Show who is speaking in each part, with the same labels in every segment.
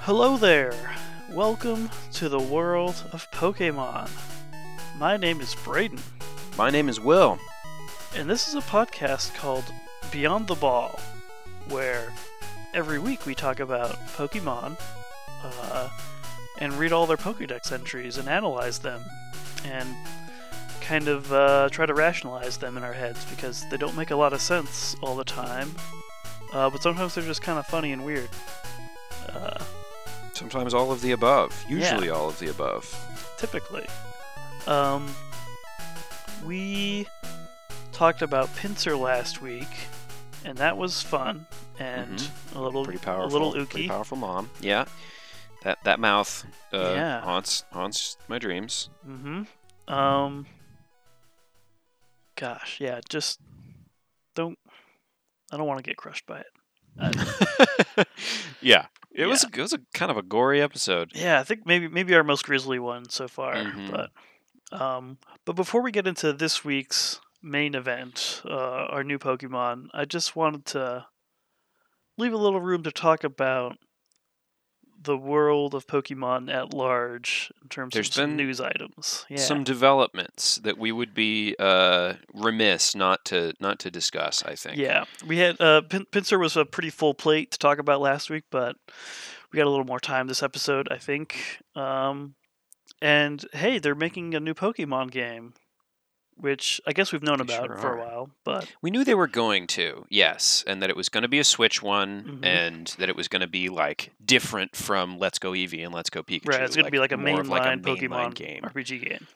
Speaker 1: Hello there! Welcome to the world of Pokemon. My name is Brayden,
Speaker 2: My name is Will.
Speaker 1: and this is a podcast called Beyond the Ball, where every week we talk about Pokemon uh, and read all their Pokedex entries and analyze them and kind of uh, try to rationalize them in our heads because they don't make a lot of sense all the time, uh, but sometimes they're just kind of funny and weird. Uh,
Speaker 2: Sometimes all of the above. Usually all of the above.
Speaker 1: typically. Um, we talked about pincer last week, and that was fun and a little
Speaker 2: Mm-hmm. Pretty powerful.
Speaker 1: a little
Speaker 2: Pretty
Speaker 1: ooky.
Speaker 2: powerful mom. Yeah. That that mouth uh,
Speaker 1: Yeah.
Speaker 2: haunts haunts my dreams.
Speaker 1: mm-hmm. Um, gosh, yeah, just don't. I don't want to get crushed by it.
Speaker 2: yeah. It was it was a kind of a gory episode.
Speaker 1: Yeah, I think maybe maybe our most grisly one so far.
Speaker 2: Mhm.
Speaker 1: But um, but before we get into this week's main event, uh, our new Pokemon, I just wanted to leave a little room to talk about the world of Pokemon at large in terms
Speaker 2: There's
Speaker 1: of some
Speaker 2: been
Speaker 1: news items. Yeah,
Speaker 2: Some developments that we would be uh, remiss not to not to discuss. I think.
Speaker 1: yeah. We had uh, Pin- Pincer was a pretty full plate to talk about last week, but we got a little more time this episode, I think. Um, and hey, they're making a new Pokemon game, which I guess we've known
Speaker 2: They
Speaker 1: about
Speaker 2: sure
Speaker 1: for
Speaker 2: are.
Speaker 1: a while, but
Speaker 2: We knew they were going to, yes, and that it was going to be a Switch one,
Speaker 1: Mhm.
Speaker 2: and that it was going to be like different from Let's Go Eevee and Let's Go Pikachu.
Speaker 1: right, it's going to be like a
Speaker 2: more
Speaker 1: mainline
Speaker 2: of, like a
Speaker 1: Pokemon
Speaker 2: mainline game,
Speaker 1: RPG game.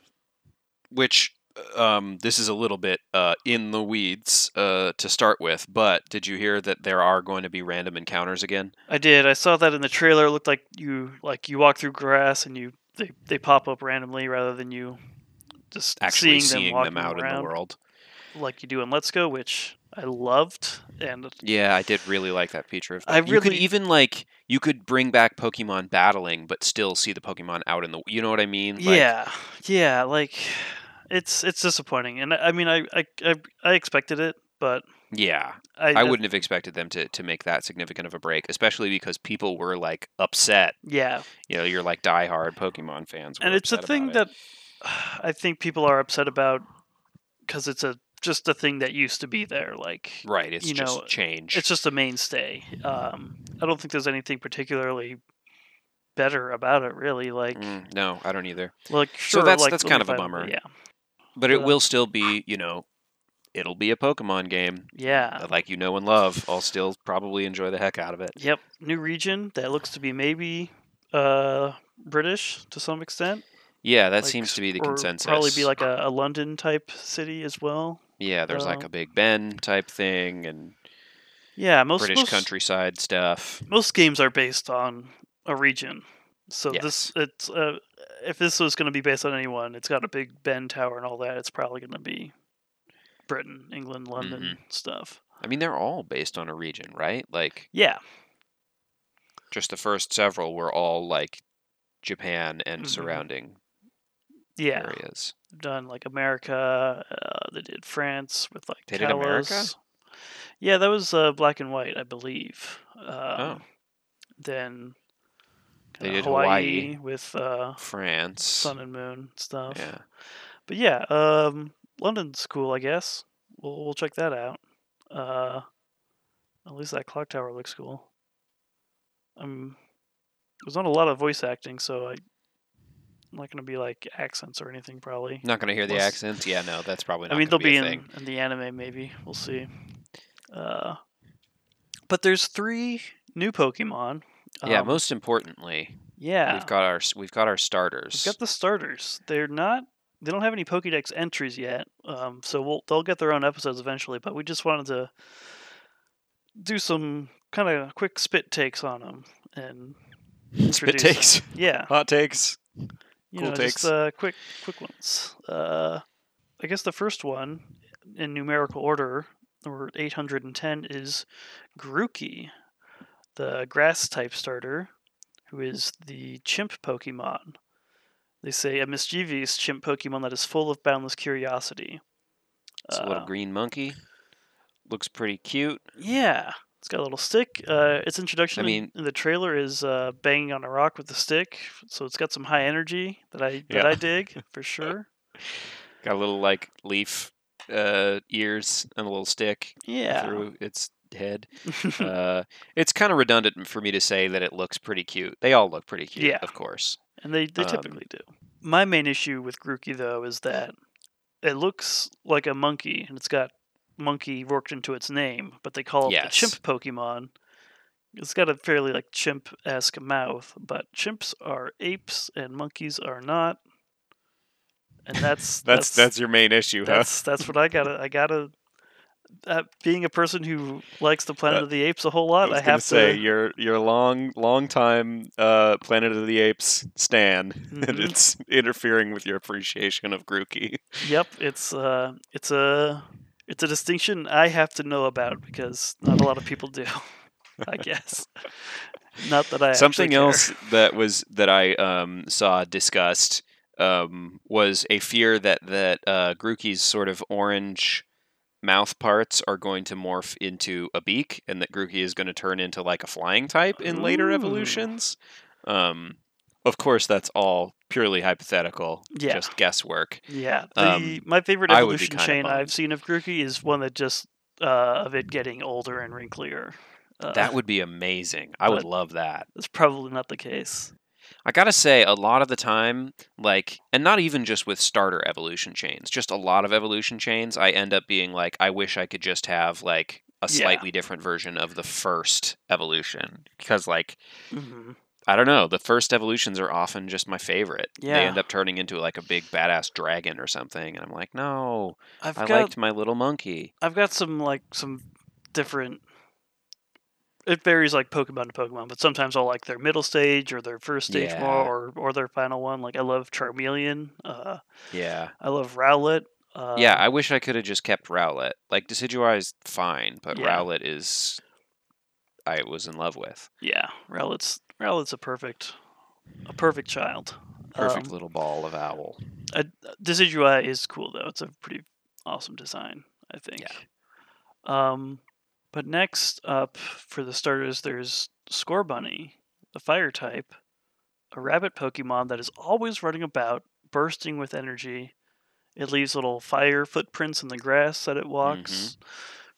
Speaker 2: which um, this is a little bit uh, in the weeds uh, to start with. But did you hear that there are going to be random encounters again?
Speaker 1: I did. I saw that in the trailer. It looked like you like you walk through grass and you they, they pop up randomly rather than you just
Speaker 2: Actually,
Speaker 1: seeing, them, walking
Speaker 2: out
Speaker 1: around
Speaker 2: in the world.
Speaker 1: like you do in Let's Go, which I loved and
Speaker 2: Yeah, I did really like that feature. Of
Speaker 1: I
Speaker 2: you could
Speaker 1: really-
Speaker 2: even like you could bring back Pokemon battling, but still see the Pokemon out in the. You know what I mean? Like,
Speaker 1: yeah, yeah, like it's it's disappointing, and I I mean I I I, I expected it, but
Speaker 2: Yeah.
Speaker 1: I, uh
Speaker 2: I wouldn't have expected them to, to make that significant of a break, especially because people were like upset.
Speaker 1: Yeah,
Speaker 2: You know, you're like diehard Pokemon fans. were
Speaker 1: and it's a
Speaker 2: upset about
Speaker 1: thing
Speaker 2: it.
Speaker 1: that I think people are upset about because it's a just a thing that used to be there. Like
Speaker 2: right. It's
Speaker 1: you
Speaker 2: just
Speaker 1: know,
Speaker 2: change.
Speaker 1: it's just a mainstay. Um, I don't think there's anything particularly better about it, really. Like
Speaker 2: Mm, no, I don't either.
Speaker 1: like
Speaker 2: So
Speaker 1: sure,
Speaker 2: that's-
Speaker 1: like,
Speaker 2: that's
Speaker 1: let
Speaker 2: kind
Speaker 1: me
Speaker 2: of a
Speaker 1: find-
Speaker 2: bummer.
Speaker 1: Yeah,
Speaker 2: But it
Speaker 1: But, uh,
Speaker 2: will still be, you know, it'll be a Pokemon game
Speaker 1: yeah.
Speaker 2: that, like you know and love. I'll still probably enjoy the heck out of it.
Speaker 1: Yep, new region that looks to be maybe uh, British to some extent.
Speaker 2: Yeah,
Speaker 1: like,
Speaker 2: that seems to be the
Speaker 1: or
Speaker 2: consensus.
Speaker 1: Probably be like a, a London type city as well.
Speaker 2: yeah, there's like
Speaker 1: uh,
Speaker 2: a Big Ben type thing and
Speaker 1: Yeah, most
Speaker 2: British
Speaker 1: most,
Speaker 2: countryside stuff.
Speaker 1: most games are based on a region. So this
Speaker 2: Yes.
Speaker 1: it's uh, if this was going to be based on anyone, it's got a big Ben Tower and all that. It's probably going to be Britain, England, London
Speaker 2: Mm-hmm.
Speaker 1: stuff.
Speaker 2: I mean, they're all based on a region, right? Like
Speaker 1: Yeah,
Speaker 2: just the first several were all like Japan and
Speaker 1: Mhm.
Speaker 2: surrounding
Speaker 1: yeah.
Speaker 2: areas.
Speaker 1: They've done like America. Uh, they did France with like
Speaker 2: They did America?
Speaker 1: Talos. Yeah, that was uh, black and white, I believe. Um, Then
Speaker 2: Oh. They
Speaker 1: kinda
Speaker 2: did
Speaker 1: Hawaii,
Speaker 2: Hawaii.
Speaker 1: with uh,
Speaker 2: Oh, France.
Speaker 1: sun and moon stuff.
Speaker 2: Yeah.
Speaker 1: But yeah, um, London's cool, I guess. We'll we'll check that out. Uh, at least that clock tower looks cool. Um, there's not a lot of voice acting, so I, I'm not gonna be like accents or anything probably.
Speaker 2: Not going to hear the
Speaker 1: Unless-
Speaker 2: accents. Yeah, no, that's probably not
Speaker 1: I mean, they'll
Speaker 2: gonna
Speaker 1: be,
Speaker 2: be, a
Speaker 1: in,
Speaker 2: thing.
Speaker 1: in the anime, maybe. We'll see. Uh, but there's three new Pokemon.
Speaker 2: yeah,
Speaker 1: Um,
Speaker 2: most importantly,
Speaker 1: yeah.
Speaker 2: we've got our s- we've got our starters.
Speaker 1: We've got the starters. They're not. They don't have any Pokédex entries yet, um, so we'll, they'll get their own episodes eventually. But we just wanted to do some kind of quick spit takes on them and
Speaker 2: Spit
Speaker 1: introduce 'em.
Speaker 2: takes,
Speaker 1: Yeah,
Speaker 2: hot takes.
Speaker 1: you
Speaker 2: Cool
Speaker 1: know,
Speaker 2: takes.
Speaker 1: just uh, quick, quick ones. Uh, I guess the first one in numerical order, or 810, is Grookey, the grass type starter, who is the chimp Pokemon. They say a mischievous chimp Pokemon that is full of boundless curiosity.
Speaker 2: It's a
Speaker 1: Uh,
Speaker 2: little green monkey. Looks pretty cute.
Speaker 1: yeah, It's got a little stick. Uh, its introduction
Speaker 2: I
Speaker 1: in-
Speaker 2: mean-
Speaker 1: in the trailer is uh, banging on a rock with the stick, so it's got some high energy that I that
Speaker 2: Yeah.
Speaker 1: I dig for sure.
Speaker 2: Got a little like leaf uh, ears and a little stick
Speaker 1: Yeah,
Speaker 2: through its head. uh, it's kind of redundant for me to say that it looks pretty cute. They all look pretty cute,
Speaker 1: Yeah.
Speaker 2: of course.
Speaker 1: and they they
Speaker 2: um,
Speaker 1: typically do. My main issue with Grookey though is that it looks like a monkey, and it's got monkey worked into its name, but they call it the
Speaker 2: Yes.
Speaker 1: chimp Pokemon. It's got a fairly like chimp esque mouth, but chimps are apes and monkeys are not. And that's
Speaker 2: That's that's your main issue, huh?
Speaker 1: That's that's what I gotta. I gotta. Uh, being a person who likes the Planet
Speaker 2: Uh,
Speaker 1: of the Apes a whole lot, I,
Speaker 2: was gonna
Speaker 1: have
Speaker 2: say
Speaker 1: to.
Speaker 2: your your long long time uh, Planet of the Apes stan, and
Speaker 1: Mhm.
Speaker 2: it's interfering with your appreciation of Grookey.
Speaker 1: Yep, it's uh, it's a it's a distinction I have to know about because not a lot of people do. I guess. Not that I actually
Speaker 2: Something
Speaker 1: care.
Speaker 2: else that was that I um, saw discussed um, was a fear that that uh, Grookey's sort of orange mouth parts are going to morph into a beak, and that Grookey is going to turn into like a flying type in later
Speaker 1: Ooh.
Speaker 2: evolutions. Um, of course, that's all purely hypothetical,
Speaker 1: Yeah.
Speaker 2: just guesswork.
Speaker 1: Yeah, the
Speaker 2: Um,
Speaker 1: my favorite
Speaker 2: I would be
Speaker 1: evolution
Speaker 2: kinda
Speaker 1: chain I've
Speaker 2: bummed.
Speaker 1: seen of Grookey is one that just uh, of it getting older and wrinklier. Uh,
Speaker 2: That would be amazing. I would
Speaker 1: but-
Speaker 2: love that.
Speaker 1: that's probably not the case.
Speaker 2: I gotta say, a lot of the time, like, and not even just with starter evolution chains, just a lot of evolution chains, I end up being like, I wish I could just have, like, a
Speaker 1: Yeah.
Speaker 2: slightly different version of the first evolution. Because, like,
Speaker 1: hmm
Speaker 2: I don't know, the first evolutions are often just my favorite.
Speaker 1: Yeah.
Speaker 2: They end up turning into, like, a big badass dragon or something. And I'm like, no,
Speaker 1: I've
Speaker 2: I
Speaker 1: got
Speaker 2: liked my little monkey.
Speaker 1: I've got some like some different. It varies like Pokemon to Pokemon, but sometimes I'll like their middle stage or their first stage
Speaker 2: Yeah.
Speaker 1: more, or or their final one. Like I love Charmeleon. Uh,
Speaker 2: Yeah.
Speaker 1: I love Rowlet. Uh,
Speaker 2: yeah, I wish I could have just kept Rowlet. Like, Decidueye is fine, but
Speaker 1: Yeah.
Speaker 2: Rowlet is. I was in love with.
Speaker 1: yeah. Rowlet's Rowlet's a perfect, a perfect child.
Speaker 2: Perfect
Speaker 1: Um,
Speaker 2: little ball of owl.
Speaker 1: Uh, Decidueye is cool though. It's a pretty awesome design, I think.
Speaker 2: Yeah.
Speaker 1: Um, but next up for the starters, there's Score Bunny, a fire type, a rabbit Pokemon that is always running about, bursting with energy. It leaves little fire footprints in the grass that
Speaker 2: Mm-hmm.
Speaker 1: it walks,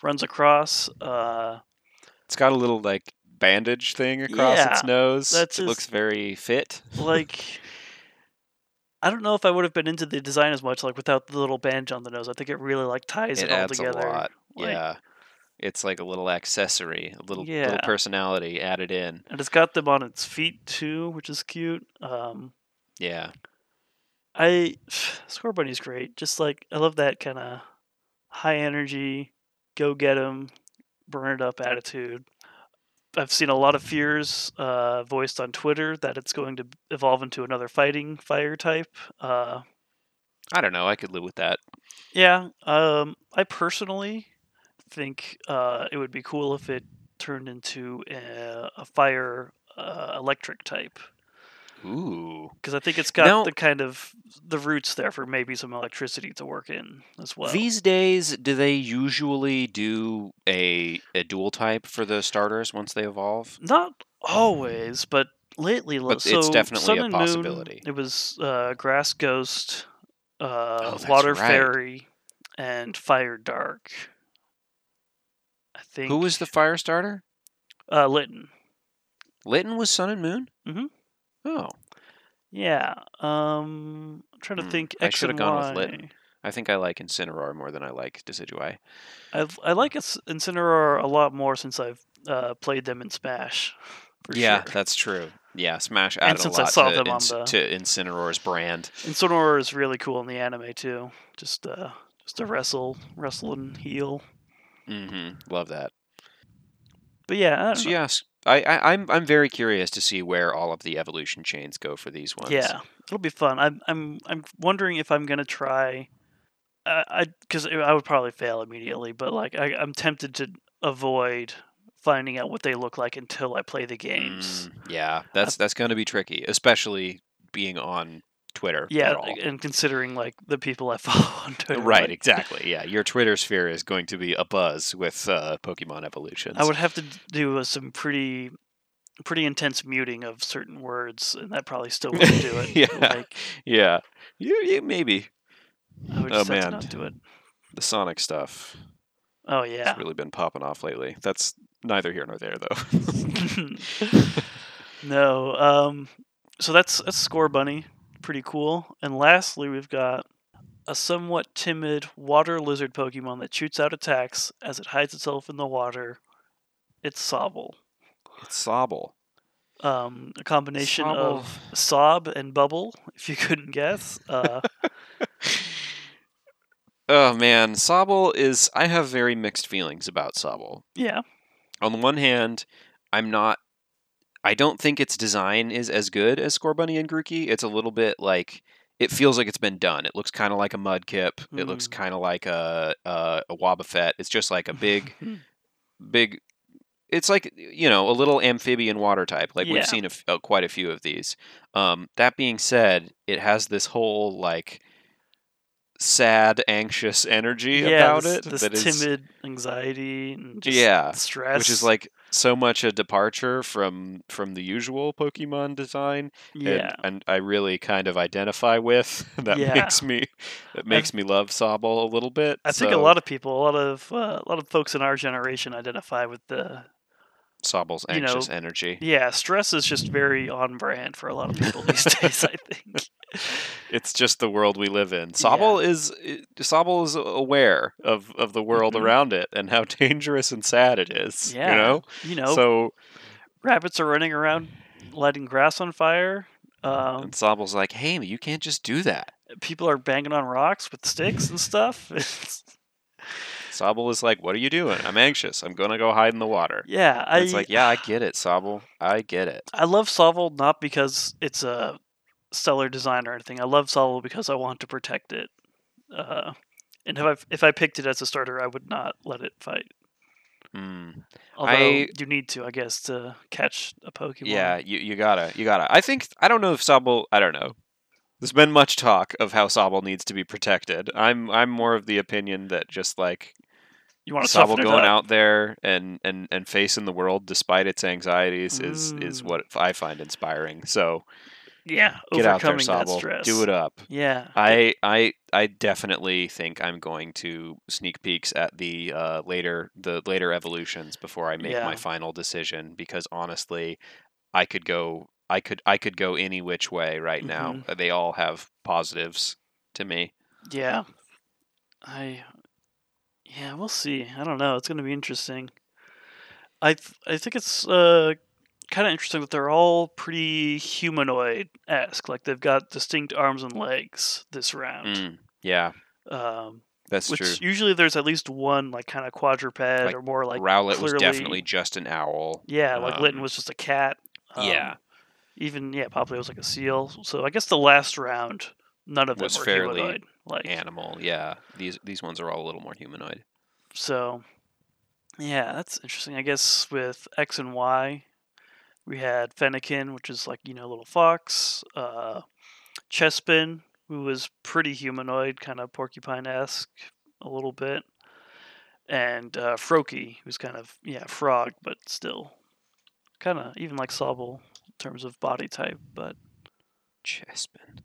Speaker 1: runs across. Uh,
Speaker 2: It's got a little like bandage thing across its
Speaker 1: Yeah,
Speaker 2: nose.
Speaker 1: that's
Speaker 2: it looks
Speaker 1: just-
Speaker 2: very fit.
Speaker 1: like I don't know if I would have been into the design as much, like without the little bandage on the nose. I think it really like ties it,
Speaker 2: it
Speaker 1: all
Speaker 2: adds
Speaker 1: together.
Speaker 2: a lot.
Speaker 1: Like,
Speaker 2: yeah. It's like a little accessory, a little little
Speaker 1: Yeah.
Speaker 2: personality added in.
Speaker 1: and it's got them on its feet too, which is cute. Um,
Speaker 2: Yeah.
Speaker 1: I Score Bunny's great. Just like I love that kind of high energy, go get 'em, burn it up attitude. I've seen a lot of fears uh, voiced on Twitter that it's going to evolve into another fighting fire type. Uh,
Speaker 2: I don't know, I could live with that.
Speaker 1: yeah, um, I personally think uh, it would be cool if it turned into a, a fire uh, electric type.
Speaker 2: Ooh.
Speaker 1: because I think it's got
Speaker 2: Now-
Speaker 1: the kind of the roots there for maybe some electricity to work in as well.
Speaker 2: These days do they usually do a a dual type for the starters once they evolve?
Speaker 1: Not always, but lately, lo-
Speaker 2: But it's
Speaker 1: so
Speaker 2: definitely
Speaker 1: Sun
Speaker 2: a
Speaker 1: and Moon,
Speaker 2: possibility.
Speaker 1: it was uh, Grass Ghost, uh,
Speaker 2: Oh, that's
Speaker 1: Water
Speaker 2: right.
Speaker 1: Fairy, and Fire Dark. I think
Speaker 2: Who was the fire starter?
Speaker 1: uh, Litten?
Speaker 2: Litton was Sun and Moon?
Speaker 1: Mhm.
Speaker 2: Oh.
Speaker 1: Yeah, um, I'm trying to
Speaker 2: Hmm,
Speaker 1: think.
Speaker 2: I
Speaker 1: X
Speaker 2: should've
Speaker 1: and
Speaker 2: gone with
Speaker 1: Y.
Speaker 2: Litten. I think I like Incineroar more than I like Decidueye.
Speaker 1: I I like Inc- Incineroar a lot more since I've uh, played them in Smash. For
Speaker 2: yeah,
Speaker 1: sure.
Speaker 2: that's true. Yeah, Smash added
Speaker 1: And since
Speaker 2: a
Speaker 1: I
Speaker 2: lot
Speaker 1: saw
Speaker 2: to,
Speaker 1: them on
Speaker 2: Inc-
Speaker 1: the-
Speaker 2: to Incineroar's brand.
Speaker 1: And Sonora is really cool in the anime too. Just uh just a wrestle, wrestle and heel.
Speaker 2: hmm Love that.
Speaker 1: But yeah, I don't
Speaker 2: So
Speaker 1: know.
Speaker 2: yes, I, I, I'm I'm very curious to see where all of the evolution chains go for these ones.
Speaker 1: yeah, it'll be fun. I'm I'm I'm wondering if I'm gonna try. I I because I would probably fail immediately, but like I, I'm tempted to avoid finding out what they look like until I play the games.
Speaker 2: Mm, yeah, that's that's going to be tricky, especially being on Twitter
Speaker 1: yeah,
Speaker 2: at all.
Speaker 1: and considering like the people I follow on Twitter,
Speaker 2: Right,
Speaker 1: like,
Speaker 2: exactly. Yeah, your Twitter sphere is going to be abuzz with uh, Pokemon evolutions.
Speaker 1: I would have to d- do uh, some pretty, pretty intense muting of certain words, and that probably still wouldn't do it.
Speaker 2: Yeah.
Speaker 1: Like,
Speaker 2: Yeah, you, you maybe
Speaker 1: I would
Speaker 2: Oh,
Speaker 1: just have to
Speaker 2: man.
Speaker 1: not do it.
Speaker 2: the Sonic stuff.
Speaker 1: Oh
Speaker 2: has
Speaker 1: yeah.
Speaker 2: really been popping off lately. That's neither here nor there, though.
Speaker 1: no. Um. So that's that's Score Bunny. Pretty cool. And lastly, we've got a somewhat timid water lizard Pokemon that shoots out attacks as it hides itself in the water. It's Sobble.
Speaker 2: it's Sobble.
Speaker 1: Um, a combination of sob and bubble, if you couldn't guess. Uh,
Speaker 2: Oh man, Sobble is. I have very mixed feelings about Sobble.
Speaker 1: yeah.
Speaker 2: On the one hand, I'm not. I don't think its design is as good as Scorbunny and Grookey. It's a little bit like it feels like it's been done. It looks kind of like a Mudkip. It looks
Speaker 1: Mm.
Speaker 2: kind of like a, a a Wobbuffet. It's just like a big,
Speaker 1: Hmm.
Speaker 2: big. It's like you know a little amphibian water type. Like
Speaker 1: Yeah.
Speaker 2: we've seen a f- uh, quite a few of these. Um, that being said, it has this whole like sad, anxious energy
Speaker 1: yeah,
Speaker 2: about
Speaker 1: this,
Speaker 2: it
Speaker 1: this
Speaker 2: that is-
Speaker 1: timid anxiety and just
Speaker 2: yeah,
Speaker 1: stress.
Speaker 2: which is like so much a departure from from the usual Pokemon design, and-
Speaker 1: yeah.
Speaker 2: and, I really kind of identify with. That
Speaker 1: Yeah.
Speaker 2: makes me that makes me love Sobble a little bit.
Speaker 1: I think a lot of people, a lot of uh, a lot of folks in our generation identify with the
Speaker 2: Sobble's
Speaker 1: you know,
Speaker 2: anxious energy.
Speaker 1: yeah. Stress is just very on brand for a lot of people these days. I think.
Speaker 2: It's just the world we live in.
Speaker 1: Yeah.
Speaker 2: Sobble is i- Sobble is aware of of the world
Speaker 1: Mhm.
Speaker 2: around it and how dangerous and sad it is.
Speaker 1: Yeah.
Speaker 2: You know.
Speaker 1: You know,
Speaker 2: So
Speaker 1: rabbits are running around lighting grass on fire. Um,
Speaker 2: and Sobble's like, "Hey, you can't just do that."
Speaker 1: people are banging on rocks with sticks and stuff. It's-
Speaker 2: Sobble is like, "What are you doing? I'm anxious. I'm gonna go hide in the water."
Speaker 1: yeah, I,
Speaker 2: And it's like, yeah, I get it, Sobble. I get it.
Speaker 1: I love Sovel not because it's a stellar design or anything. I love Sovel because I want to protect it. Uh, and if I if I picked it as a starter, I would not let it fight.
Speaker 2: Mm.
Speaker 1: Although
Speaker 2: I-
Speaker 1: you need to, I guess, to catch a Pokemon.
Speaker 2: Yeah, you, you gotta, you gotta. I think I don't know if Sobble. I don't know. There's been much talk of how Sobble needs to be protected. I'm I'm more of the opinion that just like
Speaker 1: you want to
Speaker 2: Sobble
Speaker 1: toughen it
Speaker 2: going
Speaker 1: up.
Speaker 2: out there and and and facing the world despite its anxieties is is
Speaker 1: Mm.
Speaker 2: what I find inspiring. So
Speaker 1: Yeah,
Speaker 2: get out there,
Speaker 1: overcoming that
Speaker 2: Sobble.
Speaker 1: stress.
Speaker 2: Do it up.
Speaker 1: Yeah,
Speaker 2: I I I definitely think I'm going to sneak peeks at the uh, later the later evolutions before I make
Speaker 1: Yeah.
Speaker 2: my final decision because honestly, I could go I could I could go any which way right now.
Speaker 1: Mm-hmm.
Speaker 2: They all have positives to me.
Speaker 1: yeah. I, yeah, we'll see. I don't know. It's going to be interesting. I th- I think it's uh kind of interesting that they're all pretty humanoid esque. Like they've got distinct arms and legs this round.
Speaker 2: Mm, yeah,
Speaker 1: Um,
Speaker 2: that's
Speaker 1: which
Speaker 2: true.
Speaker 1: usually there's at least one like kind of quadruped
Speaker 2: Like,
Speaker 1: or more like
Speaker 2: Rowlet was
Speaker 1: clearly-
Speaker 2: definitely just an owl.
Speaker 1: yeah, like Litton
Speaker 2: um,
Speaker 1: was just a cat. um,
Speaker 2: yeah.
Speaker 1: even yeah, Poplio was like a seal. So I guess the last round, none of them
Speaker 2: Was
Speaker 1: were
Speaker 2: fairly
Speaker 1: humanoid. Like
Speaker 2: Animal, yeah. These these ones are all a little more humanoid.
Speaker 1: so, yeah, that's interesting. I guess with X and Y, we had Fennekin, which is like you know little fox, uh, Chespin, who was pretty humanoid, kind of porcupine esque a little bit, and uh, Froakie, who's kind of yeah frog, but still kind of even like Sobble in terms of body type, but.
Speaker 2: Chespin.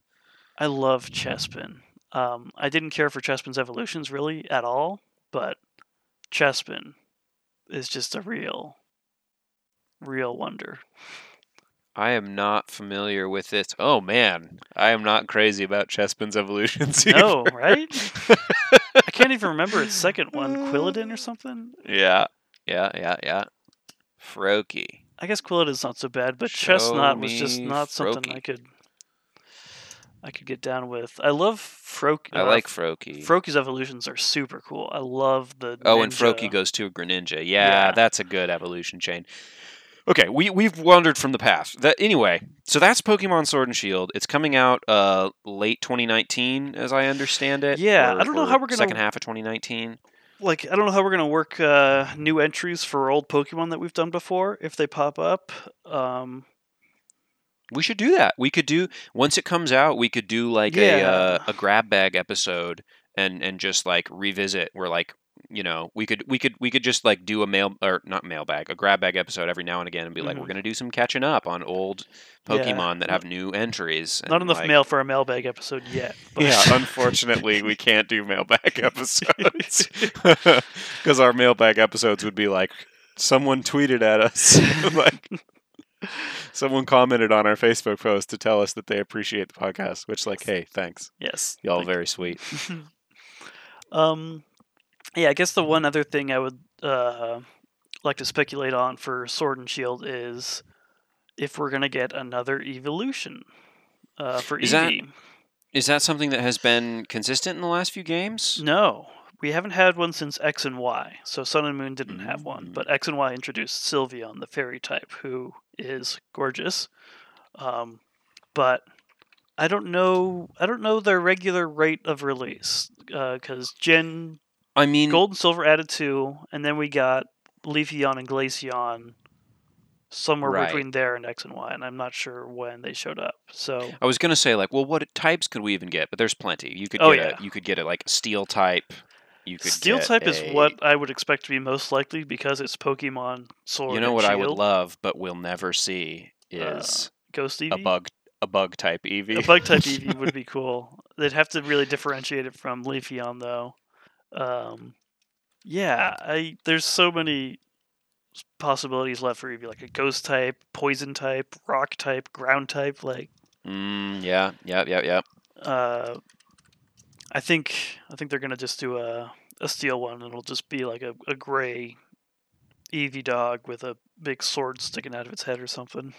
Speaker 1: I love Chespin. Um, I didn't care for Chespin's evolutions really at all, but Chespin is just a real, real wonder.
Speaker 2: I am not familiar with this. Oh man, I am not crazy about Chespin's evolutions. either.
Speaker 1: No, right? I can't even remember its second one, Quilladin or something.
Speaker 2: Yeah, yeah, yeah, yeah. Froakie.
Speaker 1: I guess Quilladin's not so bad, but
Speaker 2: Show
Speaker 1: Chestnut was just
Speaker 2: me
Speaker 1: not something
Speaker 2: Froakie.
Speaker 1: I could, I could get down with. I love Froak.
Speaker 2: I
Speaker 1: uh,
Speaker 2: like Froakie.
Speaker 1: Froakie's evolutions are super cool. I love the.
Speaker 2: oh, and
Speaker 1: ninja-
Speaker 2: Froakie goes to a Greninja. Yeah,
Speaker 1: Yeah.
Speaker 2: that's a good evolution chain. Okay, we we've wandered from the path. That anyway. So that's Pokemon Sword and Shield. It's coming out uh late 2019, as I understand it.
Speaker 1: Yeah, I
Speaker 2: or-
Speaker 1: don't know
Speaker 2: or
Speaker 1: how we're gonna-
Speaker 2: second half of 2019.
Speaker 1: like I don't know how we're gonna work uh, new entries for old Pokemon that we've done before if they pop up. Um,
Speaker 2: We should do that. We could do once it comes out. We could do like a uh,
Speaker 1: Yeah.
Speaker 2: a grab bag episode and and just like revisit. We're like you know we could we could we could just like do a mail or not mailbag a grab bag episode every now and again and be like
Speaker 1: Mhm.
Speaker 2: we're gonna do some catching up on old
Speaker 1: Yeah.
Speaker 2: Pokemon that have new entries. and,
Speaker 1: Not enough
Speaker 2: like-
Speaker 1: mail for a mailbag episode yet. But
Speaker 2: yeah, uh, unfortunately, we can't do mailbag episodes because our mailbag episodes would be like someone tweeted at us, like someone commented on our Facebook post to tell us that they appreciate the podcast. Which, like, hey, thanks,
Speaker 1: yes.
Speaker 2: y'all,
Speaker 1: Thank
Speaker 2: very sweet.
Speaker 1: um yeah i guess the one other thing i would uh like to speculate on for sword and shield is if we're gonna get another evolution uh for
Speaker 2: Is that-
Speaker 1: Eevee.
Speaker 2: Is that something that has been consistent in the last few games?
Speaker 1: no we haven't had one since x and y so sun and moon didn't have one but x and y introduced sylveon the fairy type who is gorgeous um but I don't know. I don't know their regular rate of release because Gen
Speaker 2: I mean,
Speaker 1: Gold and silver added two, and then we got Leafeon and Glaceon somewhere
Speaker 2: Right.
Speaker 1: between there and X and Y, and I'm not sure when they showed up. So
Speaker 2: I was gonna say like, well, what types could we even get? But there's plenty. You could
Speaker 1: Oh,
Speaker 2: get
Speaker 1: yeah.
Speaker 2: a you could get a like steel type. You could
Speaker 1: Steel
Speaker 2: get
Speaker 1: type is
Speaker 2: a-
Speaker 1: what I would expect to be most likely because it's Pokemon Sword.
Speaker 2: you know
Speaker 1: and
Speaker 2: what I
Speaker 1: Shield.
Speaker 2: would love, but we'll never see
Speaker 1: Uh,
Speaker 2: is.
Speaker 1: Ghost Eevee.
Speaker 2: a bug a bug type Eevee.
Speaker 1: A bug type Eevee would be cool. They'd have to really differentiate it from Leafeon though. Um, yeah, I there's so many s- possibilities left for Eevee, like a ghost type, poison type, rock type, ground type, like
Speaker 2: Mm, yeah, yeah, yeah, yeah.
Speaker 1: uh, I think I think they're gonna just do a a steel one, and it'll just be like a, a gray Eevee dog with a big sword sticking out of its head or something.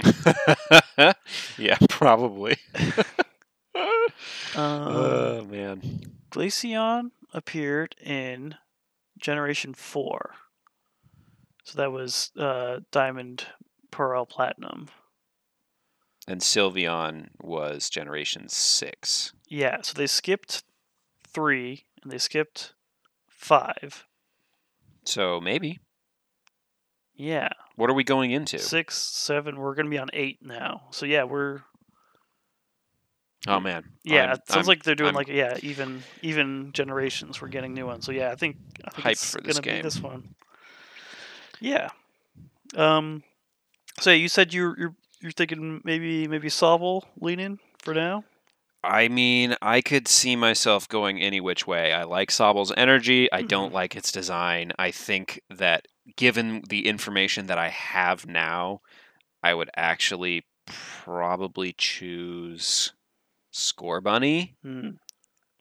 Speaker 2: yeah, probably.
Speaker 1: Um,
Speaker 2: oh man.
Speaker 1: Glaceon appeared in Generation Four, so that was uh, Diamond, Pearl, Platinum.
Speaker 2: And Sylveon was Generation Six.
Speaker 1: Yeah, so they skipped three and they skipped five.
Speaker 2: So maybe.
Speaker 1: Yeah.
Speaker 2: What are we going into?
Speaker 1: six, seven. We're gonna be on eight now. So yeah, we're
Speaker 2: Oh man.
Speaker 1: yeah.
Speaker 2: I'm-
Speaker 1: it sounds
Speaker 2: I'm
Speaker 1: like they're doing
Speaker 2: I'm-
Speaker 1: like yeah, even even generations. We're getting new ones. So yeah, I think I think
Speaker 2: Hyped
Speaker 1: it's
Speaker 2: for this
Speaker 1: gonna
Speaker 2: game.
Speaker 1: be this one. Yeah. Um. So yeah, you said you're you're you're thinking maybe maybe Sobble lean in for now.
Speaker 2: I mean, I could see myself going any which way. I like Sobble's energy. I don't
Speaker 1: Mm-hmm.
Speaker 2: like its design. I think that given the information that I have now, I would actually probably choose Score Bunny,
Speaker 1: Hmm.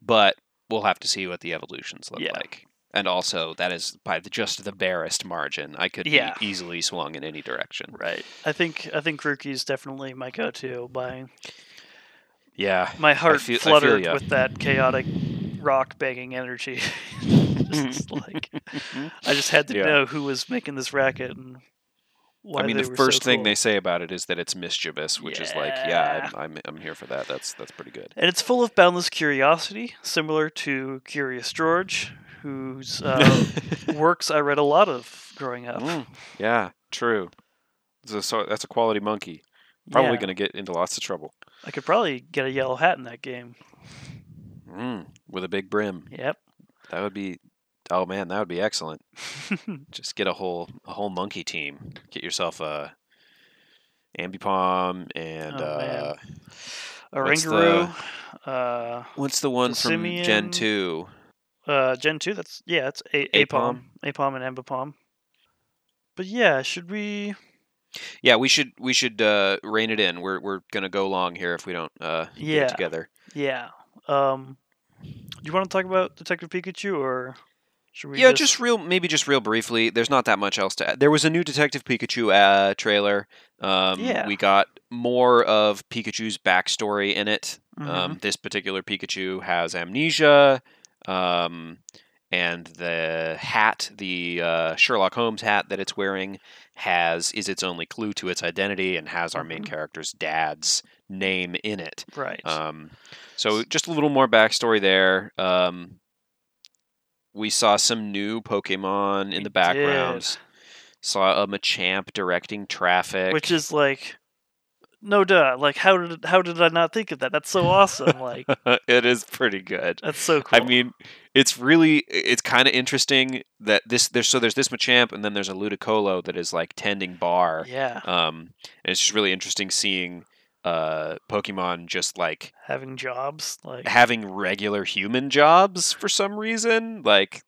Speaker 2: but we'll have to see what the evolutions look
Speaker 1: Yeah.
Speaker 2: like. And also, that is by the, just the barest margin. I could be
Speaker 1: Yeah.
Speaker 2: easily swung in any direction.
Speaker 1: Right. I think I think Rookie's definitely my go-to. My
Speaker 2: Yeah.
Speaker 1: my heart
Speaker 2: feel- I feel
Speaker 1: fluttered
Speaker 2: ya.
Speaker 1: with that chaotic rock banging energy. Just like I just had to
Speaker 2: Yeah.
Speaker 1: know who was making this racket and why
Speaker 2: I mean,
Speaker 1: they
Speaker 2: the
Speaker 1: were so
Speaker 2: first thing
Speaker 1: cool.
Speaker 2: they say about it is that it's mischievous, which is like, yeah,
Speaker 1: Yeah.
Speaker 2: I'm, I'm, I'm here for that. That's that's pretty good.
Speaker 1: and it's full of boundless curiosity, similar to Curious George, whose uh, works I read a lot of growing up.
Speaker 2: Mm, yeah, true. So, so that's a quality monkey. Probably
Speaker 1: Yeah,
Speaker 2: going to get into lots of trouble
Speaker 1: I could probably get a yellow hat in that game.
Speaker 2: mm, with a big brim.
Speaker 1: Yep.
Speaker 2: That would be, oh man, that would be excellent. Just get a whole a whole monkey team. Get yourself a ambipom and
Speaker 1: Oh, man.
Speaker 2: uh,
Speaker 1: a
Speaker 2: What's the-
Speaker 1: Rangaroo. Uh,
Speaker 2: what's the one
Speaker 1: The
Speaker 2: from Gen
Speaker 1: simian-
Speaker 2: two?
Speaker 1: uh, Gen 2, that's, yeah, it's a- Apom.
Speaker 2: Apom?
Speaker 1: Apom and Ambipom. But yeah, should we.
Speaker 2: Yeah, we should we should uh, rein it in. We're we're gonna go long here if we don't uh, get
Speaker 1: Yeah.
Speaker 2: it together.
Speaker 1: Yeah. Um, do you want to talk about Detective Pikachu or should we
Speaker 2: yeah, just... real, maybe just real briefly. There's not that much else to add. There was a new Detective Pikachu uh, trailer. Um,
Speaker 1: Yeah.
Speaker 2: We got more of Pikachu's backstory in it.
Speaker 1: Mhm.
Speaker 2: Um, this particular Pikachu has amnesia, um, and the hat, the uh, Sherlock Holmes hat that it's wearing, has is its only clue to its identity and has our main
Speaker 1: Mhm.
Speaker 2: character's dad's name in it.
Speaker 1: Right.
Speaker 2: Um, so just a little more backstory there. Um, we saw some new Pokemon in
Speaker 1: We
Speaker 2: the um, background. Saw a Machamp directing traffic.
Speaker 1: Which is like no duh. Like how did how did I not think of that? That's so awesome. Like
Speaker 2: it is pretty good.
Speaker 1: that's so cool.
Speaker 2: I mean, it's really it's kind of interesting that this there's so there's this Machamp and then there's a Ludicolo that is like tending bar.
Speaker 1: yeah,
Speaker 2: Um, and it's just really interesting seeing uh Pokemon just like
Speaker 1: having jobs like
Speaker 2: having regular human jobs for some reason. Like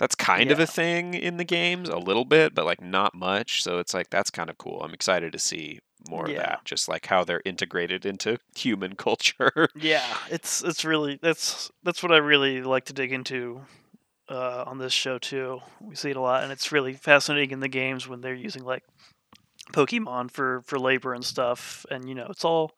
Speaker 2: that's kind of
Speaker 1: Yeah.
Speaker 2: a thing in the games, a little bit, but like not much. So it's like that's kind of cool. I'm excited to see more
Speaker 1: Yeah.
Speaker 2: of that, just like how they're integrated into human culture.
Speaker 1: yeah, it's it's really that's that's what I really like to dig into uh, on this show too. We see it a lot, and it's really fascinating in the games when they're using like Pokemon for for labor and stuff, and you know it's all.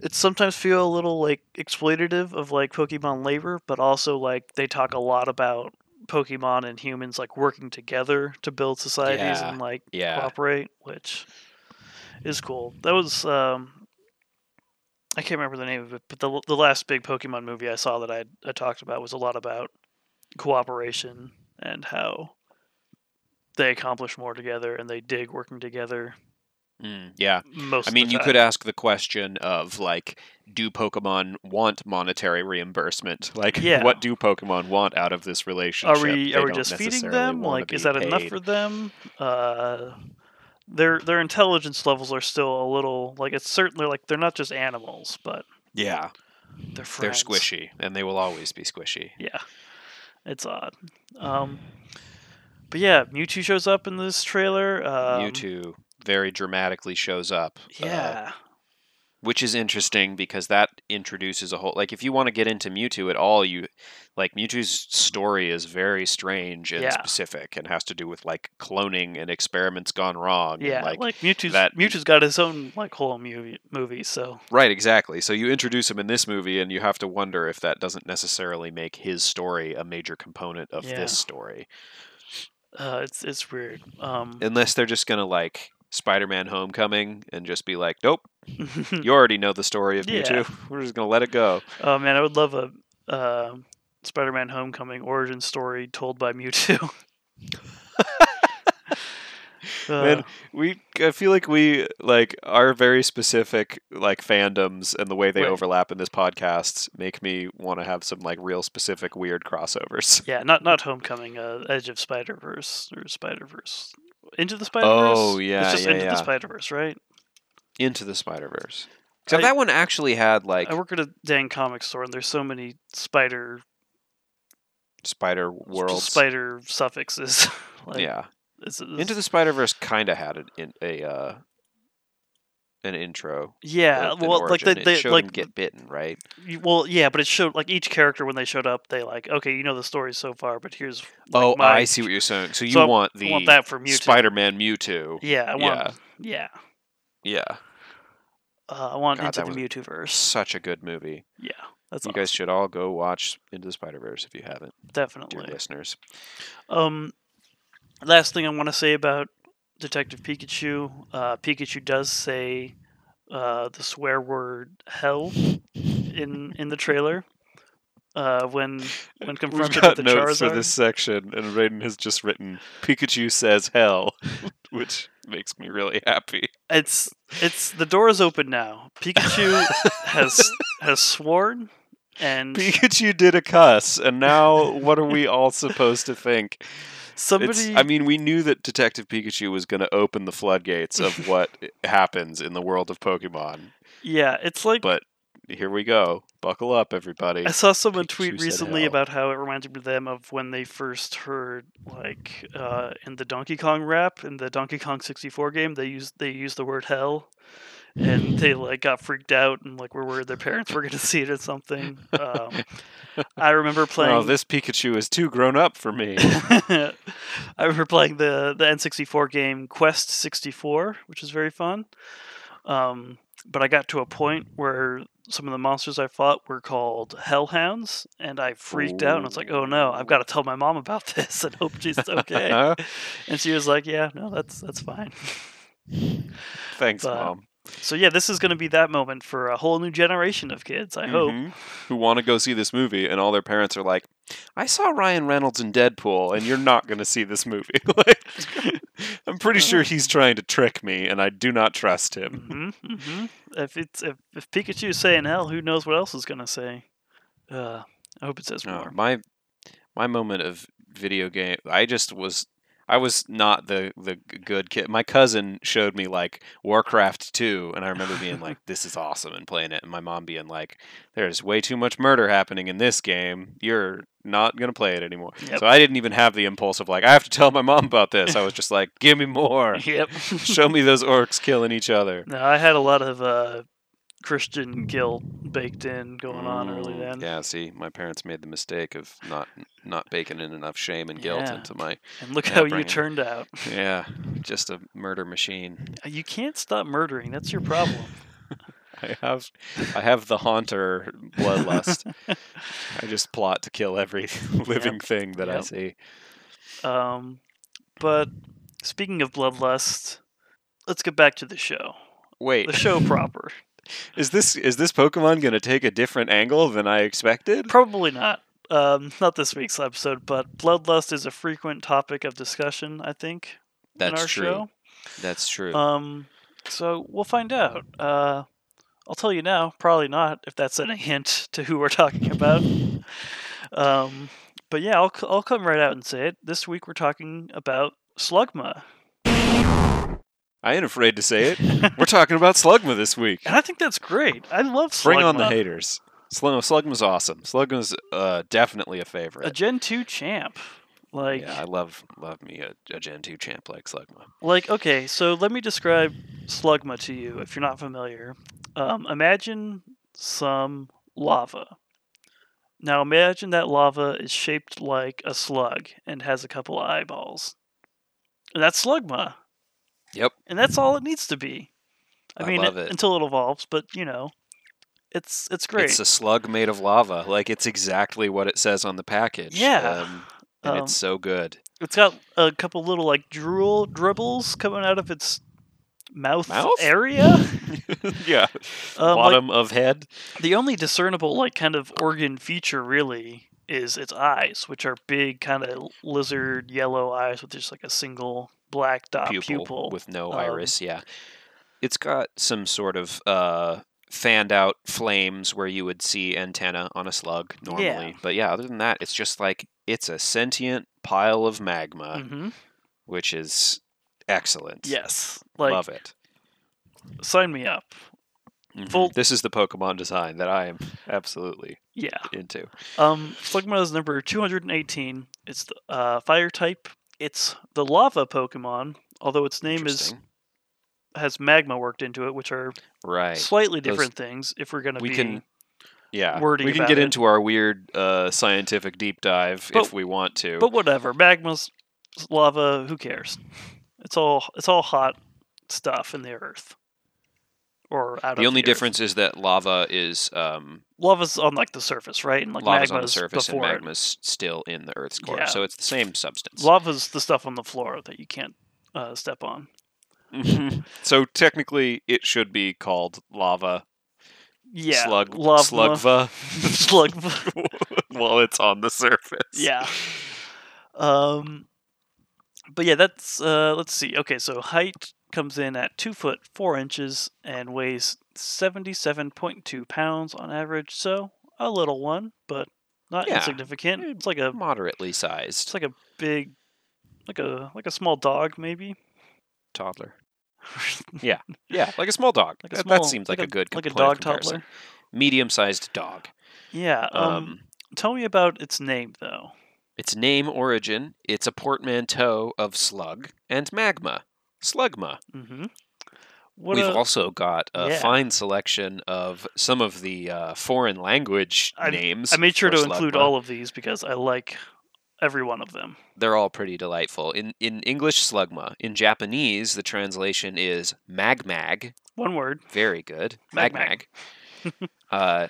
Speaker 1: It sometimes feel a little like exploitative of like Pokemon labor, but also like they talk a lot about Pokemon and humans like working together to build societies
Speaker 2: Yeah.
Speaker 1: and like
Speaker 2: yeah.
Speaker 1: cooperate, which is cool. That was um, I can't remember the name of it, but the the last big Pokemon movie I saw that I I talked about was a lot about cooperation and how they accomplish more together and they dig working together
Speaker 2: Mm, yeah.
Speaker 1: most.
Speaker 2: I
Speaker 1: of
Speaker 2: mean,
Speaker 1: the
Speaker 2: you
Speaker 1: time.
Speaker 2: could ask the question of like, do Pokemon want monetary reimbursement? Like,
Speaker 1: Yeah.
Speaker 2: what do Pokemon want out of this relationship?
Speaker 1: Are we
Speaker 2: They
Speaker 1: are we
Speaker 2: don't
Speaker 1: just feeding
Speaker 2: necessarily
Speaker 1: them?
Speaker 2: wanna
Speaker 1: Like,
Speaker 2: be
Speaker 1: is that enough
Speaker 2: paid.
Speaker 1: for them? Uh, their their intelligence levels are still a little like it's certainly like they're not just animals, but
Speaker 2: Yeah,
Speaker 1: they're
Speaker 2: they're
Speaker 1: friends.
Speaker 2: squishy, and they will always be squishy.
Speaker 1: Yeah, it's odd. Um, but yeah, Mewtwo shows up in this trailer. Um,
Speaker 2: Mewtwo uh, very dramatically shows up. uh,
Speaker 1: Yeah,
Speaker 2: which is interesting because that introduces a whole like if you want to get into Mewtwo at all, you like Mewtwo's story is very strange and
Speaker 1: Yeah.
Speaker 2: specific and has to do with like cloning and experiments gone wrong.
Speaker 1: yeah.
Speaker 2: And,
Speaker 1: Like,
Speaker 2: like,
Speaker 1: Mewtwo's
Speaker 2: that-
Speaker 1: Mewtwo's got his own like whole movie, movie. So
Speaker 2: right, exactly. So you introduce him in this movie and you have to wonder if that doesn't necessarily make his story a major component of
Speaker 1: Yeah.
Speaker 2: this story.
Speaker 1: uh, it's it's weird. Um,
Speaker 2: Unless they're just gonna like Spider-Man Homecoming and just be like, Nope, you already know the story of
Speaker 1: Hmm. Yeah.
Speaker 2: Mewtwo. We're just gonna let it go.
Speaker 1: oh man, I would love a uh, Spider-Man: Homecoming origin story told by Mewtwo. uh,
Speaker 2: Man, we I feel like we like our very specific like fandoms and the way they
Speaker 1: Right.
Speaker 2: overlap in this podcast make me want to have some like real specific weird crossovers.
Speaker 1: yeah, not not Homecoming. Uh, Edge of Spider Verse or Spider Verse. Into the Spider Verse.
Speaker 2: Oh, yeah,
Speaker 1: it's just
Speaker 2: yeah,
Speaker 1: Into
Speaker 2: yeah.
Speaker 1: the Spider Verse, right?
Speaker 2: Into the Spider Verse. Except
Speaker 1: I-
Speaker 2: that one actually had like
Speaker 1: I work at a dang comic store, and there's so many spider
Speaker 2: Spider World.
Speaker 1: spider suffixes. like,
Speaker 2: yeah,
Speaker 1: it's- it's-
Speaker 2: Into the Spider Verse kind of had an, in, a uh, an intro.
Speaker 1: yeah,
Speaker 2: an- an
Speaker 1: well, like
Speaker 2: origin.
Speaker 1: they,
Speaker 2: It
Speaker 1: they
Speaker 2: showed
Speaker 1: like
Speaker 2: him get bitten, right?
Speaker 1: you- well, yeah, but it showed like each character when they showed up, they like okay, you know the story so far, but here's like,
Speaker 2: oh,
Speaker 1: my-
Speaker 2: I see what you're saying. So you
Speaker 1: So I
Speaker 2: want
Speaker 1: I
Speaker 2: the
Speaker 1: want that from you.
Speaker 2: Spider-Man Mewtwo?
Speaker 1: Yeah, I want. Yeah,
Speaker 2: Yeah,
Speaker 1: Uh, I want
Speaker 2: God,
Speaker 1: into
Speaker 2: that
Speaker 1: the
Speaker 2: was-
Speaker 1: Mewtwo verse.
Speaker 2: such a good movie.
Speaker 1: Yeah, that's
Speaker 2: you
Speaker 1: awesome.
Speaker 2: guys should all go watch Into the Spider Verse if you haven't, dear
Speaker 1: definitely.
Speaker 2: listeners.
Speaker 1: Um, last thing I want to say about Detective Pikachu, uh, Pikachu does say uh, the swear word "hell" in in the trailer uh, when when confronted with the Charizard.
Speaker 2: section, and Raiden has just written Pikachu says hell, which makes me really happy.
Speaker 1: It's it's the door is open now. Pikachu has has sworn, and
Speaker 2: Pikachu did a cuss, and now what are we all supposed to think? It's-
Speaker 1: somebody.
Speaker 2: I mean, we knew that Detective Pikachu was going to open the floodgates of what happens in the world of Pokemon.
Speaker 1: yeah, it's like
Speaker 2: But here we go. Buckle up, everybody.
Speaker 1: I saw someone tweet
Speaker 2: Pikachu said
Speaker 1: recently
Speaker 2: hell.
Speaker 1: about how it reminded them of when they first heard, like, uh, in the Donkey Kong rap in the Donkey Kong 64 game, they used they used the word hell, and they like got freaked out and like were worried their parents were gonna see it or something. Um, I remember playing.
Speaker 2: Oh, this Pikachu is too grown up for me.
Speaker 1: I remember playing the the N64 game Quest 64, which was very fun. Um, but I got to a point where some of the monsters I fought were called hellhounds, and I freaked out and I was like, "Oh no, I've got to tell my mom about this and hope she's okay."
Speaker 2: Uh-huh.
Speaker 1: and she was like, "Yeah, no, that's that's fine."
Speaker 2: Thanks,
Speaker 1: But-
Speaker 2: mom.
Speaker 1: so yeah, this is going to be that moment for a whole new generation of kids. I hope.
Speaker 2: Mm-hmm. Mhm. Who want to go see this movie, and all their parents are like, I saw Ryan Reynolds in Deadpool, and you're not going to see this movie. like, I'm pretty
Speaker 1: Uh-huh.
Speaker 2: sure he's trying to trick me, and I do not trust him.
Speaker 1: hmm hmm If it's if, if Pikachu's saying hell, who knows what else is gonna say? Uh, I hope it says
Speaker 2: No,
Speaker 1: more.
Speaker 2: my my moment of video game. I just was. I was not the the g- good kid. My cousin showed me like Warcraft 2 and I remember being like this is awesome and playing it and my mom being like there's way too much murder happening in this game. You're not going to play it anymore.
Speaker 1: Yep.
Speaker 2: So I didn't even have the impulse of like I have to tell my mom about this. I was just like give me more.
Speaker 1: Yep.
Speaker 2: Show me those orcs killing each other.
Speaker 1: no, I had a lot of uh, Christian guilt baked in going on early
Speaker 2: Mm,
Speaker 1: then,
Speaker 2: Yeah, see, my parents made the mistake of not not baking in enough shame and guilt
Speaker 1: Yeah.
Speaker 2: into my
Speaker 1: and look
Speaker 2: Yeah,
Speaker 1: how you
Speaker 2: bring it.
Speaker 1: turned out.
Speaker 2: yeah, just a murder machine.
Speaker 1: You can't stop murdering. That's your problem.
Speaker 2: I have I have the haunter bloodlust. I just plot to kill every living thing that I
Speaker 1: Yep.
Speaker 2: see.
Speaker 1: Um, but speaking of bloodlust, let's get back to the show.
Speaker 2: Wait,
Speaker 1: The show proper.
Speaker 2: is this is this Pokemon going to take a different angle than I expected?
Speaker 1: Probably not. Um, not this week's episode, but bloodlust is a frequent topic of discussion. I think in
Speaker 2: That's
Speaker 1: our
Speaker 2: true.
Speaker 1: show.
Speaker 2: That's true.
Speaker 1: Um, so we'll find out. Uh, I'll tell you now. Probably not. If that's any hint to who we're talking about. um, but yeah, I'll c- I'll come right out and say it. This week we're talking about Slugma,
Speaker 2: I ain't afraid to say it. We're talking about Slugma this week.
Speaker 1: and I think that's great. I love Slugma.
Speaker 2: Bring on the haters. Slug- Slugma's awesome. Slugma's uh, definitely a
Speaker 1: a
Speaker 2: favorite.
Speaker 1: Gen two champ. Like,
Speaker 2: yeah, I love love me a, a Gen two champ like Slugma.
Speaker 1: like okay. So let me describe Slugma to you if you're not familiar. Um, imagine some lava. Now imagine that lava is shaped like a slug and has a couple eyeballs. And that's Slugma.
Speaker 2: Yep.
Speaker 1: And that's all it needs to be. I,
Speaker 2: I
Speaker 1: mean,
Speaker 2: love it.
Speaker 1: until it evolves, but you know, it's it's great.
Speaker 2: It's a slug made of lava. Like it's exactly what it says on the package.
Speaker 1: Yeah.
Speaker 2: Um, and
Speaker 1: Um,
Speaker 2: it's so good.
Speaker 1: It's got a couple little like drool dribbles coming out of its mouth,
Speaker 2: Mouth?
Speaker 1: area.
Speaker 2: yeah.
Speaker 1: Um, like,
Speaker 2: Bottom of head.
Speaker 1: the only discernible like kind of organ feature really is its eyes, which are big kind of lizard yellow eyes with just like a single black dot
Speaker 2: Pupil,
Speaker 1: pupil.
Speaker 2: with no
Speaker 1: um,
Speaker 2: iris. Yeah. It's got some sort of uh, fanned out flames where you would see antenna on a slug normally. But yeah, other than that, it's just like it's a sentient pile of magma,
Speaker 1: Mhm.
Speaker 2: which is excellent.
Speaker 1: Yes, like
Speaker 2: Love it.
Speaker 1: sign me up.
Speaker 2: Mhm.
Speaker 1: full-
Speaker 2: This is the Pokemon design that I am absolutely
Speaker 1: Yeah.
Speaker 2: into.
Speaker 1: Um, Slugma is number 218. It's the uh, fire type. It's the lava Pokemon, although its name is
Speaker 2: Interesting.
Speaker 1: has magma worked into it, which are
Speaker 2: right.
Speaker 1: slightly
Speaker 2: Those-
Speaker 1: different things. If we're gonna
Speaker 2: we
Speaker 1: be
Speaker 2: can yeah
Speaker 1: wordy
Speaker 2: we can
Speaker 1: about
Speaker 2: get
Speaker 1: it.
Speaker 2: into our weird uh, scientific deep dive
Speaker 1: But-
Speaker 2: if we want to
Speaker 1: But whatever, magma's lava. Who cares? It's all it's all hot stuff in the earth, or out of
Speaker 2: the only
Speaker 1: earth.
Speaker 2: difference is that lava is um,
Speaker 1: Lava's on like the surface, right? And like
Speaker 2: lava's
Speaker 1: magma's
Speaker 2: on the surface and
Speaker 1: before it.
Speaker 2: magma's still in the Earth's core,
Speaker 1: Yeah.
Speaker 2: so it's the same substance.
Speaker 1: Lava's the stuff on the floor that you can't uh, step on.
Speaker 2: Mhm. so technically, it should be called lava
Speaker 1: Yeah,
Speaker 2: slug
Speaker 1: lava,
Speaker 2: slugva
Speaker 1: slug.
Speaker 2: while it's on the surface.
Speaker 1: yeah. Um, but yeah, that's uh, let's see. Okay, so height comes in at two foot four inches and weighs seventy-seven point two pounds on average. So a little one, but not
Speaker 2: Yeah.
Speaker 1: insignificant. It's like a
Speaker 2: moderately
Speaker 1: it's
Speaker 2: sized
Speaker 1: like a big, like a like a small dog maybe.
Speaker 2: toddler. Yeah, like a small dog.
Speaker 1: Like a
Speaker 2: That-
Speaker 1: small,
Speaker 2: that seems like, a, good
Speaker 1: like a
Speaker 2: point of
Speaker 1: dog
Speaker 2: comparison.
Speaker 1: toddler.
Speaker 2: Medium-sized dog.
Speaker 1: Yeah. Um,
Speaker 2: um,
Speaker 1: tell me about its name though.
Speaker 2: Its name origin, it's a portmanteau of slug and magma. Slugma.
Speaker 1: Mm-hmm. What uh,
Speaker 2: We've
Speaker 1: a-
Speaker 2: also got a
Speaker 1: yeah.
Speaker 2: fine selection of some of the uh, foreign language
Speaker 1: I'm-
Speaker 2: names.
Speaker 1: I made sure
Speaker 2: for
Speaker 1: to include
Speaker 2: Slugma.
Speaker 1: all of these because I like every one of them.
Speaker 2: They're all pretty delightful. In in English, slugma. In Japanese, the translation is magmag.
Speaker 1: One word.
Speaker 2: Very good.
Speaker 1: Magmag.
Speaker 2: Magmag. uh,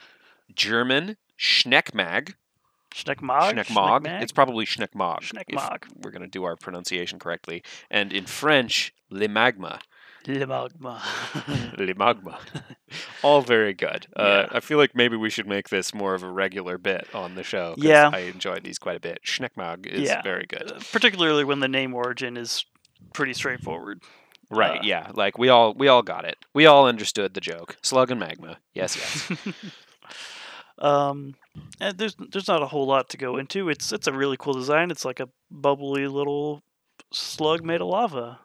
Speaker 2: German, schneckmag.
Speaker 1: Schneckmog.
Speaker 2: Schneckmog. It's probably schneckmog. if
Speaker 1: Ah, Schneckmog.
Speaker 2: We're going to do our pronunciation correctly. And in French, le magma.
Speaker 1: Limagma.
Speaker 2: Le magma. all very good. Uh,
Speaker 1: Yeah.
Speaker 2: I feel like maybe we should make this more of a regular bit on the show. 'cause
Speaker 1: Yeah.
Speaker 2: I enjoy these quite a bit. Schneckmog is
Speaker 1: Yeah. Uh,
Speaker 2: very good.
Speaker 1: particularly when the name origin is pretty straightforward.
Speaker 2: Right?
Speaker 1: Uh,
Speaker 2: yeah, like we all we all got it. We all understood the joke. Slug and magma. Yes, yes.
Speaker 1: Um, and there's there's not a whole lot to go into. It's it's a really cool design. It's like a bubbly little slug made of lava.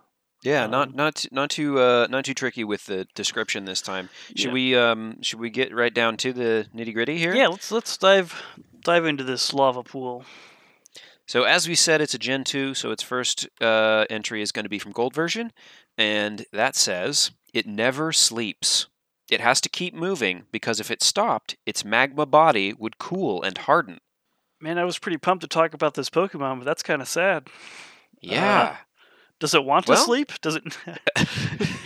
Speaker 2: yeah, not
Speaker 1: Um,
Speaker 2: not t- not too uh, not too tricky with the description this time. Should
Speaker 1: Yeah.
Speaker 2: we um should we get right down to the nitty gritty here?
Speaker 1: Yeah, let's let's dive dive into this lava pool.
Speaker 2: So as we said, it's a Gen 2, so its first uh, entry is going to be from Gold version, and that says it never sleeps. It has to keep moving because if it stopped, its magma body would cool and harden.
Speaker 1: Man, I was pretty pumped to talk about this Pokemon, but that's kind of sad. Ah.
Speaker 2: Yeah.
Speaker 1: Does it want
Speaker 2: Well-
Speaker 1: to sleep? Does it?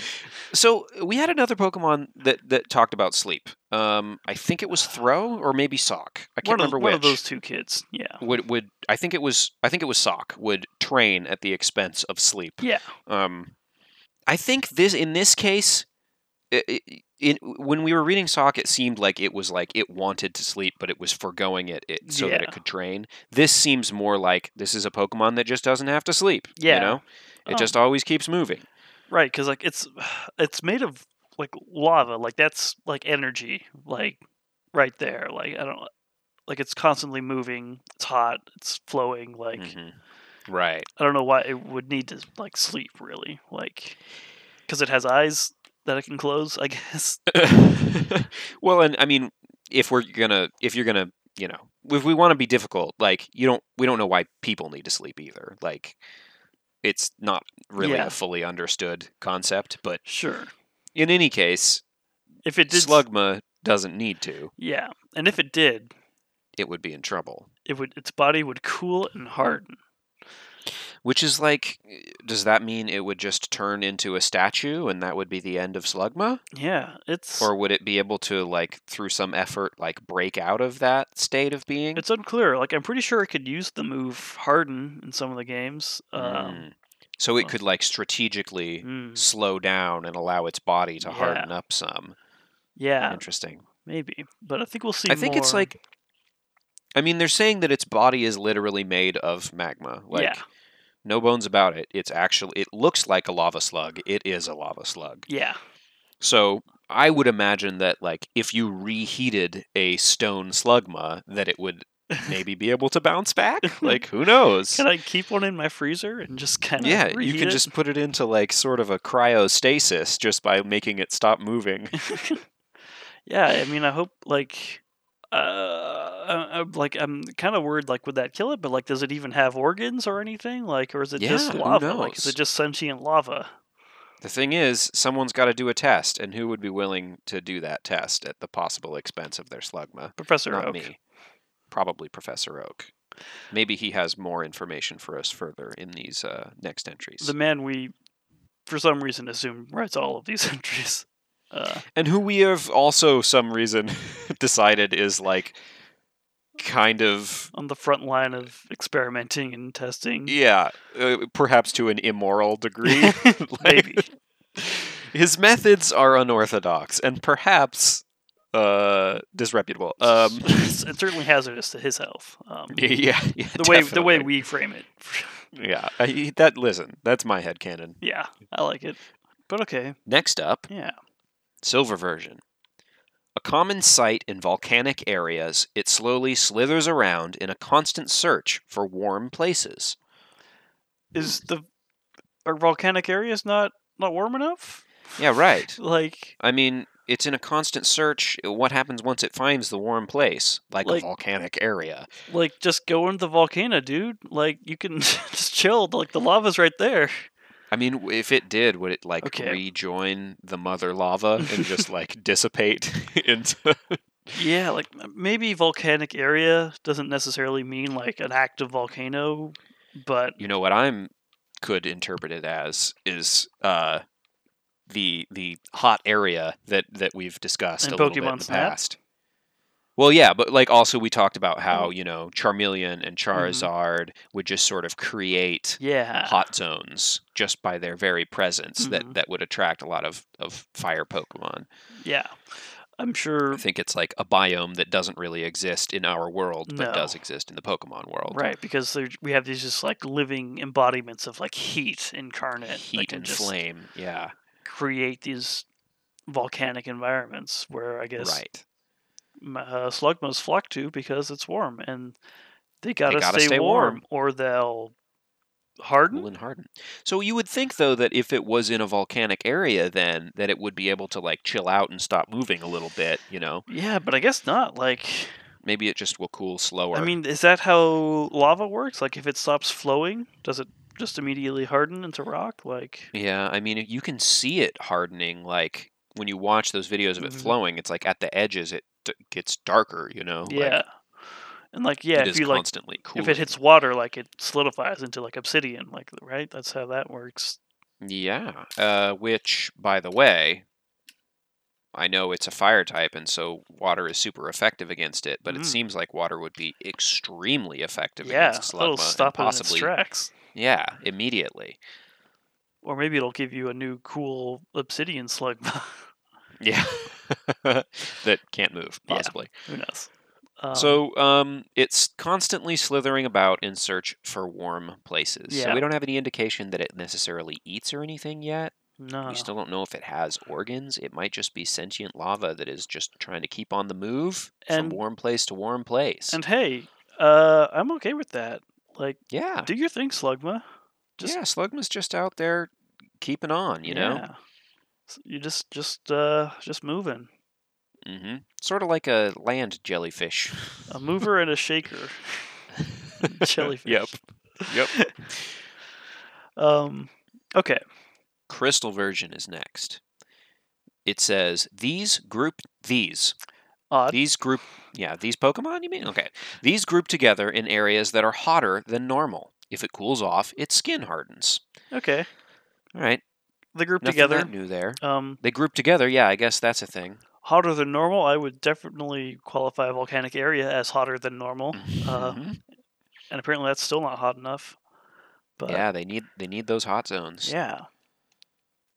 Speaker 2: so we had another Pokemon that that talked about sleep. Um, I think it was Throw or maybe Sock. I can't
Speaker 1: one of,
Speaker 2: remember
Speaker 1: one
Speaker 2: which.
Speaker 1: of those two kids. Yeah.
Speaker 2: Would would I think it was I think it was Sock would train at the expense of sleep.
Speaker 1: Yeah.
Speaker 2: Um, I think this in this case, i i in, when we were reading Sock, it seemed like it was like it wanted to sleep, but it was foregoing it, it so that
Speaker 1: Yeah.
Speaker 2: it could train. This seems more like this is a Pokemon that just doesn't have to sleep.
Speaker 1: Yeah.
Speaker 2: you know, it
Speaker 1: Um,
Speaker 2: just always keeps moving.
Speaker 1: Right, because like it's it's made of like lava, like that's like energy, like right there. Like I don't like it's constantly moving. It's hot. It's flowing. Like
Speaker 2: Mhm. Right.
Speaker 1: I don't know why it would need to like sleep really, like because it has eyes that it can close. I guess.
Speaker 2: Uh, well, and I mean, if we're gonna, if you're gonna, you know, if we want to be difficult, like you don't, we don't know why people need to sleep either. Like, it's not really
Speaker 1: Yeah.
Speaker 2: a fully understood concept. But
Speaker 1: Sure.
Speaker 2: in any case,
Speaker 1: If it did, s-
Speaker 2: Slugma doesn't need to.
Speaker 1: yeah, and if it did,
Speaker 2: It would be in trouble.
Speaker 1: it would its body would cool and harden.
Speaker 2: Which is like, does that mean it would just turn into a statue and that would be the end of Slugma?
Speaker 1: Yeah, it's
Speaker 2: Or would it be able to, like, through some effort, like break out of that state of being?
Speaker 1: it's unclear. Like I'm pretty sure it could use the move harden in some of the games. Um,
Speaker 2: Mm. so it
Speaker 1: uh,
Speaker 2: could, like, strategically
Speaker 1: mm.
Speaker 2: slow down and allow its body to
Speaker 1: Yeah.
Speaker 2: harden up some.
Speaker 1: Yeah,
Speaker 2: Interesting.
Speaker 1: maybe. But I think we'll see.
Speaker 2: I think it's
Speaker 1: more-
Speaker 2: like I mean they're saying that its body is literally made of magma. Like
Speaker 1: yeah,
Speaker 2: no bones about it. It's actually it looks like a lava slug. It is a lava slug.
Speaker 1: yeah,
Speaker 2: So I would imagine that like if you reheated a stone slugma that it would maybe be able to bounce back. Like who knows?
Speaker 1: Can I keep one in my freezer and just kind of
Speaker 2: yeah, you can just put it into like sort of a cryostasis just by making it stop moving.
Speaker 1: yeah. I mean, I hope like. Uh, I, am like I'm kind of worried. Like, would that kill it? But like, does it even have organs or anything? Like, or is it just
Speaker 2: Yeah, who
Speaker 1: lava? Like, is
Speaker 2: knows?
Speaker 1: it just sentient lava?
Speaker 2: The thing is, someone's got to do a test, and who would be willing to do that test at the possible expense of their slugma?
Speaker 1: Professor
Speaker 2: Not
Speaker 1: Oak.
Speaker 2: me. Probably Professor Oak. Maybe he has more information for us further in these uh, next entries.
Speaker 1: the man we, for some reason, assume writes all of these entries. Uh,
Speaker 2: and who we have also some reason decided is like kind of
Speaker 1: on the front line of experimenting and testing.
Speaker 2: yeah, uh, perhaps to an immoral degree.
Speaker 1: Maybe.
Speaker 2: His methods are unorthodox and perhaps uh, disreputable. Um,
Speaker 1: it's it's certainly hazardous to his health. Um,
Speaker 2: yeah, yeah,
Speaker 1: the way the way
Speaker 2: definitely.
Speaker 1: we frame it.
Speaker 2: Yeah, I, that listen, that's my headcanon.
Speaker 1: yeah, I like it. But okay,
Speaker 2: Next up,
Speaker 1: yeah,
Speaker 2: silver version. A common sight in volcanic areas, it slowly slithers around in a constant search for warm places.
Speaker 1: is the are volcanic areas not not warm enough?
Speaker 2: Yeah, right.
Speaker 1: Like
Speaker 2: I mean, it's in a constant search. What happens once it finds the warm place, like,
Speaker 1: Like-
Speaker 2: a volcanic area?
Speaker 1: like just go into the volcano, dude. Like you can just chill. Like the lava's right there.
Speaker 2: I mean, w- if it did, would it like
Speaker 1: Okay.
Speaker 2: rejoin the mother lava and just like dissipate into?
Speaker 1: Yeah, like m- maybe volcanic area doesn't necessarily mean like an active volcano, but
Speaker 2: you know what I'm could interpret it as is uh, the the hot area that that we've discussed
Speaker 1: In
Speaker 2: a little bit in
Speaker 1: Pokemon
Speaker 2: the
Speaker 1: Snap?
Speaker 2: past. Well, yeah, but like also we talked about how
Speaker 1: Mm-hmm.
Speaker 2: you know Charmeleon and Charizard would just sort of create
Speaker 1: Yeah.
Speaker 2: hot zones just by their very presence
Speaker 1: Mhm.
Speaker 2: that that would attract a lot of of fire Pokemon.
Speaker 1: Yeah. I'm
Speaker 2: I
Speaker 1: sure.
Speaker 2: think it's like a biome that doesn't really exist in our world, but
Speaker 1: No.
Speaker 2: does exist in the Pokemon world.
Speaker 1: Right, because there- we have these just like living embodiments of like heat incarnate. that
Speaker 2: Heat
Speaker 1: can
Speaker 2: and
Speaker 1: just
Speaker 2: flame. Yeah.
Speaker 1: Create these volcanic environments where I guess
Speaker 2: Right.
Speaker 1: m- uh, Slugmas flock to because it's warm and they gotta,
Speaker 2: gotta
Speaker 1: stay,
Speaker 2: stay
Speaker 1: warm,
Speaker 2: warm.
Speaker 1: or they'll harden.
Speaker 2: Cool and harden. So you would think though that if it was in a volcanic area then that it would be able to like chill out and stop moving a little bit, you know.
Speaker 1: Yeah, but I guess not. Like,
Speaker 2: Maybe it just will cool slower.
Speaker 1: I mean, is that how lava works? Like, if it stops flowing, does it just immediately harden into rock? Like,
Speaker 2: Yeah, I mean you can see it hardening like when you watch those videos of it
Speaker 1: Mhm.
Speaker 2: flowing, it's like at the edges it d- gets darker, you know.
Speaker 1: yeah,
Speaker 2: Like,
Speaker 1: and like, yeah,
Speaker 2: it
Speaker 1: if
Speaker 2: is
Speaker 1: you like,
Speaker 2: constantly cool.
Speaker 1: if it hits water, like it solidifies into like obsidian, like right? That's how that works.
Speaker 2: Yeah. Uh, which, by the way, I know it's a fire type, and so water is super effective against it. But
Speaker 1: Mm.
Speaker 2: it seems like water would be extremely effective
Speaker 1: yeah,
Speaker 2: against slugma,
Speaker 1: it'll
Speaker 2: and
Speaker 1: stop it in its
Speaker 2: possibly.
Speaker 1: tracks,
Speaker 2: yeah, immediately.
Speaker 1: or maybe it'll give you a new cool obsidian slug.
Speaker 2: Yeah, that can't move
Speaker 1: Yeah.
Speaker 2: possibly.
Speaker 1: Who knows? Um,
Speaker 2: so, um, it's constantly slithering about in search for warm places.
Speaker 1: Yeah.
Speaker 2: So we don't have any indication that it necessarily eats or anything yet.
Speaker 1: no,
Speaker 2: We still don't know if it has organs. It might just be sentient lava that is just trying to keep on the move
Speaker 1: And-
Speaker 2: from warm place to warm place.
Speaker 1: and hey, uh, I'm okay with that. Like,
Speaker 2: yeah.
Speaker 1: do your thing, Slugma. just-
Speaker 2: yeah, Slugma's just out there keeping on, you know?
Speaker 1: Yeah. S- You just just uh just moving.
Speaker 2: hmm Sort of like a land jellyfish.
Speaker 1: A mover and a shaker. Jellyfish.
Speaker 2: Yep. Yep.
Speaker 1: Um okay.
Speaker 2: Crystal version is next. It says these group these
Speaker 1: Odd.
Speaker 2: these group yeah these pokemon you mean okay these group together in areas that are hotter than normal if it cools off its skin hardens
Speaker 1: Okay.
Speaker 2: all right
Speaker 1: The group
Speaker 2: Nothing
Speaker 1: together.
Speaker 2: that new there.
Speaker 1: Um
Speaker 2: They group together. Yeah, I guess that's a thing.
Speaker 1: hotter than normal, I would definitely qualify a volcanic area as hotter than normal. Uh,
Speaker 2: Mhm.
Speaker 1: And apparently that's still not hot enough. But
Speaker 2: yeah, they need they need those hot zones.
Speaker 1: yeah.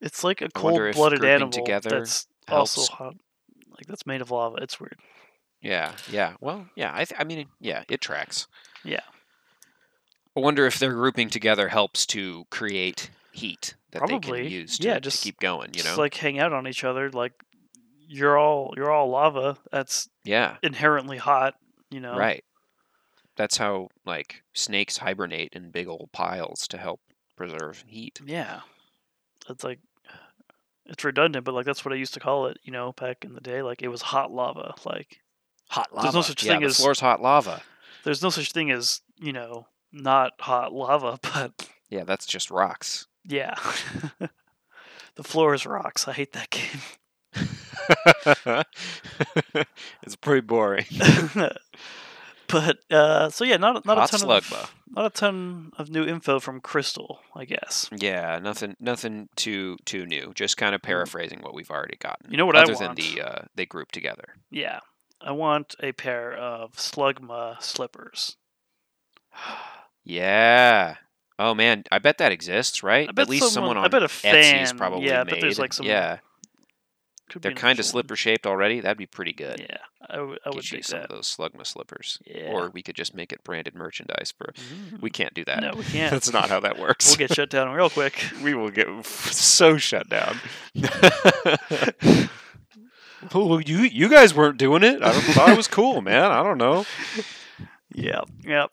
Speaker 1: It's like a
Speaker 2: I wonder
Speaker 1: cold
Speaker 2: if
Speaker 1: blooded
Speaker 2: grouping
Speaker 1: animal
Speaker 2: together
Speaker 1: that's also
Speaker 2: helps.
Speaker 1: hot. Like that's made of lava. It's weird.
Speaker 2: yeah, yeah. Well, yeah. I th- I mean, yeah, it tracks.
Speaker 1: Yeah.
Speaker 2: I wonder if their grouping together helps to create heat that they
Speaker 1: Probably.
Speaker 2: can use to,
Speaker 1: Yeah,
Speaker 2: to
Speaker 1: just-
Speaker 2: keep going. You know.
Speaker 1: Just like hang out on each other, like you're all you're all lava. That's
Speaker 2: yeah.
Speaker 1: inherently hot, you know.
Speaker 2: Right. That's how like snakes hibernate in big old piles to help preserve heat.
Speaker 1: Yeah. It's like it's redundant, but like that's what I used to call it, you know, back in the day. Like it was hot lava. Like
Speaker 2: Hot
Speaker 1: There's
Speaker 2: lava.
Speaker 1: no such
Speaker 2: yeah,
Speaker 1: thing
Speaker 2: the
Speaker 1: as-
Speaker 2: floor's hot lava.
Speaker 1: there's no such thing as, you know, not hot lava, but
Speaker 2: Yeah, that's just rocks.
Speaker 1: yeah. the floor is rocks. I hate that game.
Speaker 2: it's pretty boring.
Speaker 1: but uh so yeah, not not
Speaker 2: Hot
Speaker 1: a ton
Speaker 2: Slugma.
Speaker 1: of not a ton of new info from Crystal, I guess.
Speaker 2: Yeah, nothing, nothing too too new. Just kind of paraphrasing what we've already gotten.
Speaker 1: Mm-hmm. You know what I
Speaker 2: other
Speaker 1: want?
Speaker 2: than the uh, they group together.
Speaker 1: Yeah. I want a pair of Slugma slippers.
Speaker 2: yeah. Oh man, I bet that exists, right?
Speaker 1: I bet
Speaker 2: At least someone,
Speaker 1: someone-
Speaker 2: on
Speaker 1: I bet a
Speaker 2: Etsy's
Speaker 1: fan-
Speaker 2: probably
Speaker 1: yeah, I
Speaker 2: made.
Speaker 1: bet there's, like, some
Speaker 2: yeah,
Speaker 1: Could be
Speaker 2: they're
Speaker 1: an
Speaker 2: kind of
Speaker 1: actual one.
Speaker 2: slipper shaped already. That'd be pretty good.
Speaker 1: Yeah, I would, I would
Speaker 2: Get you
Speaker 1: dig
Speaker 2: some
Speaker 1: that.
Speaker 2: of those Slugma slippers,
Speaker 1: Yeah. Mm-hmm. Mm.
Speaker 2: or we could just make it branded merchandise. For we can't do that.
Speaker 1: no, we can't.
Speaker 2: That's not how that works.
Speaker 1: We'll get shut down real quick.
Speaker 2: we will get so shut down. Oh, well, you you guys weren't doing it. I thought it was cool, man. I don't know.
Speaker 1: Yeah. Yeah.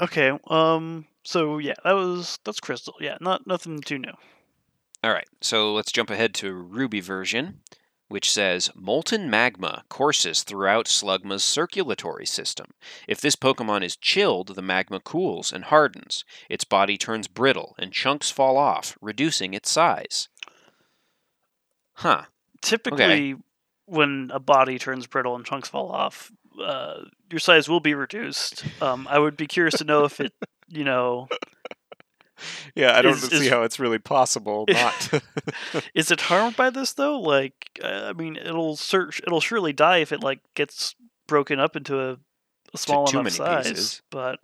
Speaker 1: Okay. Um. So yeah, that was that's Crystal. Yeah. Not nothing too new.
Speaker 2: All right, so let's jump ahead to Ruby version, which says molten magma courses throughout Slugma's circulatory system. If this Pokemon is chilled, the magma cools and hardens. Its body turns brittle and chunks fall off, reducing its size. Huh.
Speaker 1: Typically, when a body turns brittle and chunks fall off, uh, your size will be reduced. Um, I would be curious to know if it, you know,
Speaker 2: Yeah,
Speaker 1: I don't Is- see is-
Speaker 2: how it's really possible
Speaker 1: not is it harmed by this though? Like, uh, I mean, it'll search. It'll surely die if it like gets broken up into a, a small
Speaker 2: too
Speaker 1: enough
Speaker 2: many
Speaker 1: size.
Speaker 2: pieces.
Speaker 1: But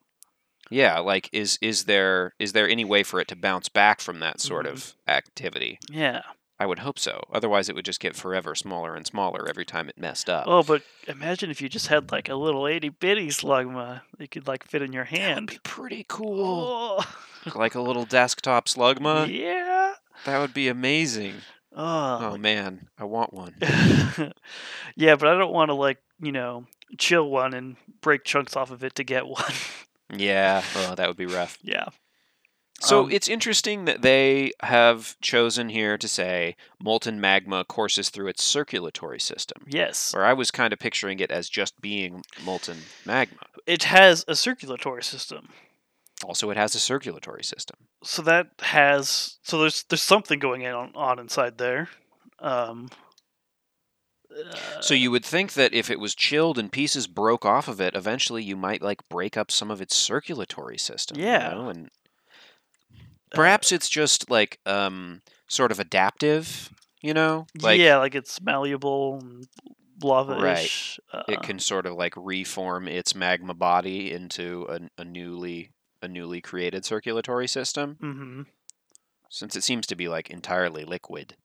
Speaker 2: Yeah, like is is there is there any way for it to bounce back from that sort
Speaker 1: Mhm.
Speaker 2: of activity?
Speaker 1: yeah.
Speaker 2: I would hope so. Otherwise, it would just get forever smaller and smaller every time it messed up.
Speaker 1: Oh, but imagine if you just had like a little itty bitty slugma that could like fit in your
Speaker 2: that would
Speaker 1: hand.
Speaker 2: be pretty cool.
Speaker 1: Oh,
Speaker 2: like a little desktop slugma.
Speaker 1: yeah.
Speaker 2: That would be amazing.
Speaker 1: Oh.
Speaker 2: Oh man, I want one.
Speaker 1: yeah, but I don't want to like you know chill one and break chunks off of it to get one.
Speaker 2: Yeah, oh, that would be rough.
Speaker 1: yeah.
Speaker 2: So
Speaker 1: Um,
Speaker 2: it's interesting that they have chosen here to say molten magma courses through its circulatory system,
Speaker 1: Yes.
Speaker 2: where I was kind of picturing it as just being molten magma.
Speaker 1: It has a circulatory system.
Speaker 2: Also, it has a circulatory system.
Speaker 1: so that has so there's there's something going on on inside there. Um, uh,
Speaker 2: So you would think that if it was chilled and pieces broke off of it, eventually you might like break up some of its circulatory system. you
Speaker 1: Yeah. Uh,
Speaker 2: know, and perhaps it's just like um, sort of adaptive. You know, like
Speaker 1: yeah, like it's malleable, and lava-ish. Uh,
Speaker 2: it can sort of like reform its magma body into a, a newly a newly created circulatory system
Speaker 1: mhm.
Speaker 2: since it seems to be like entirely liquid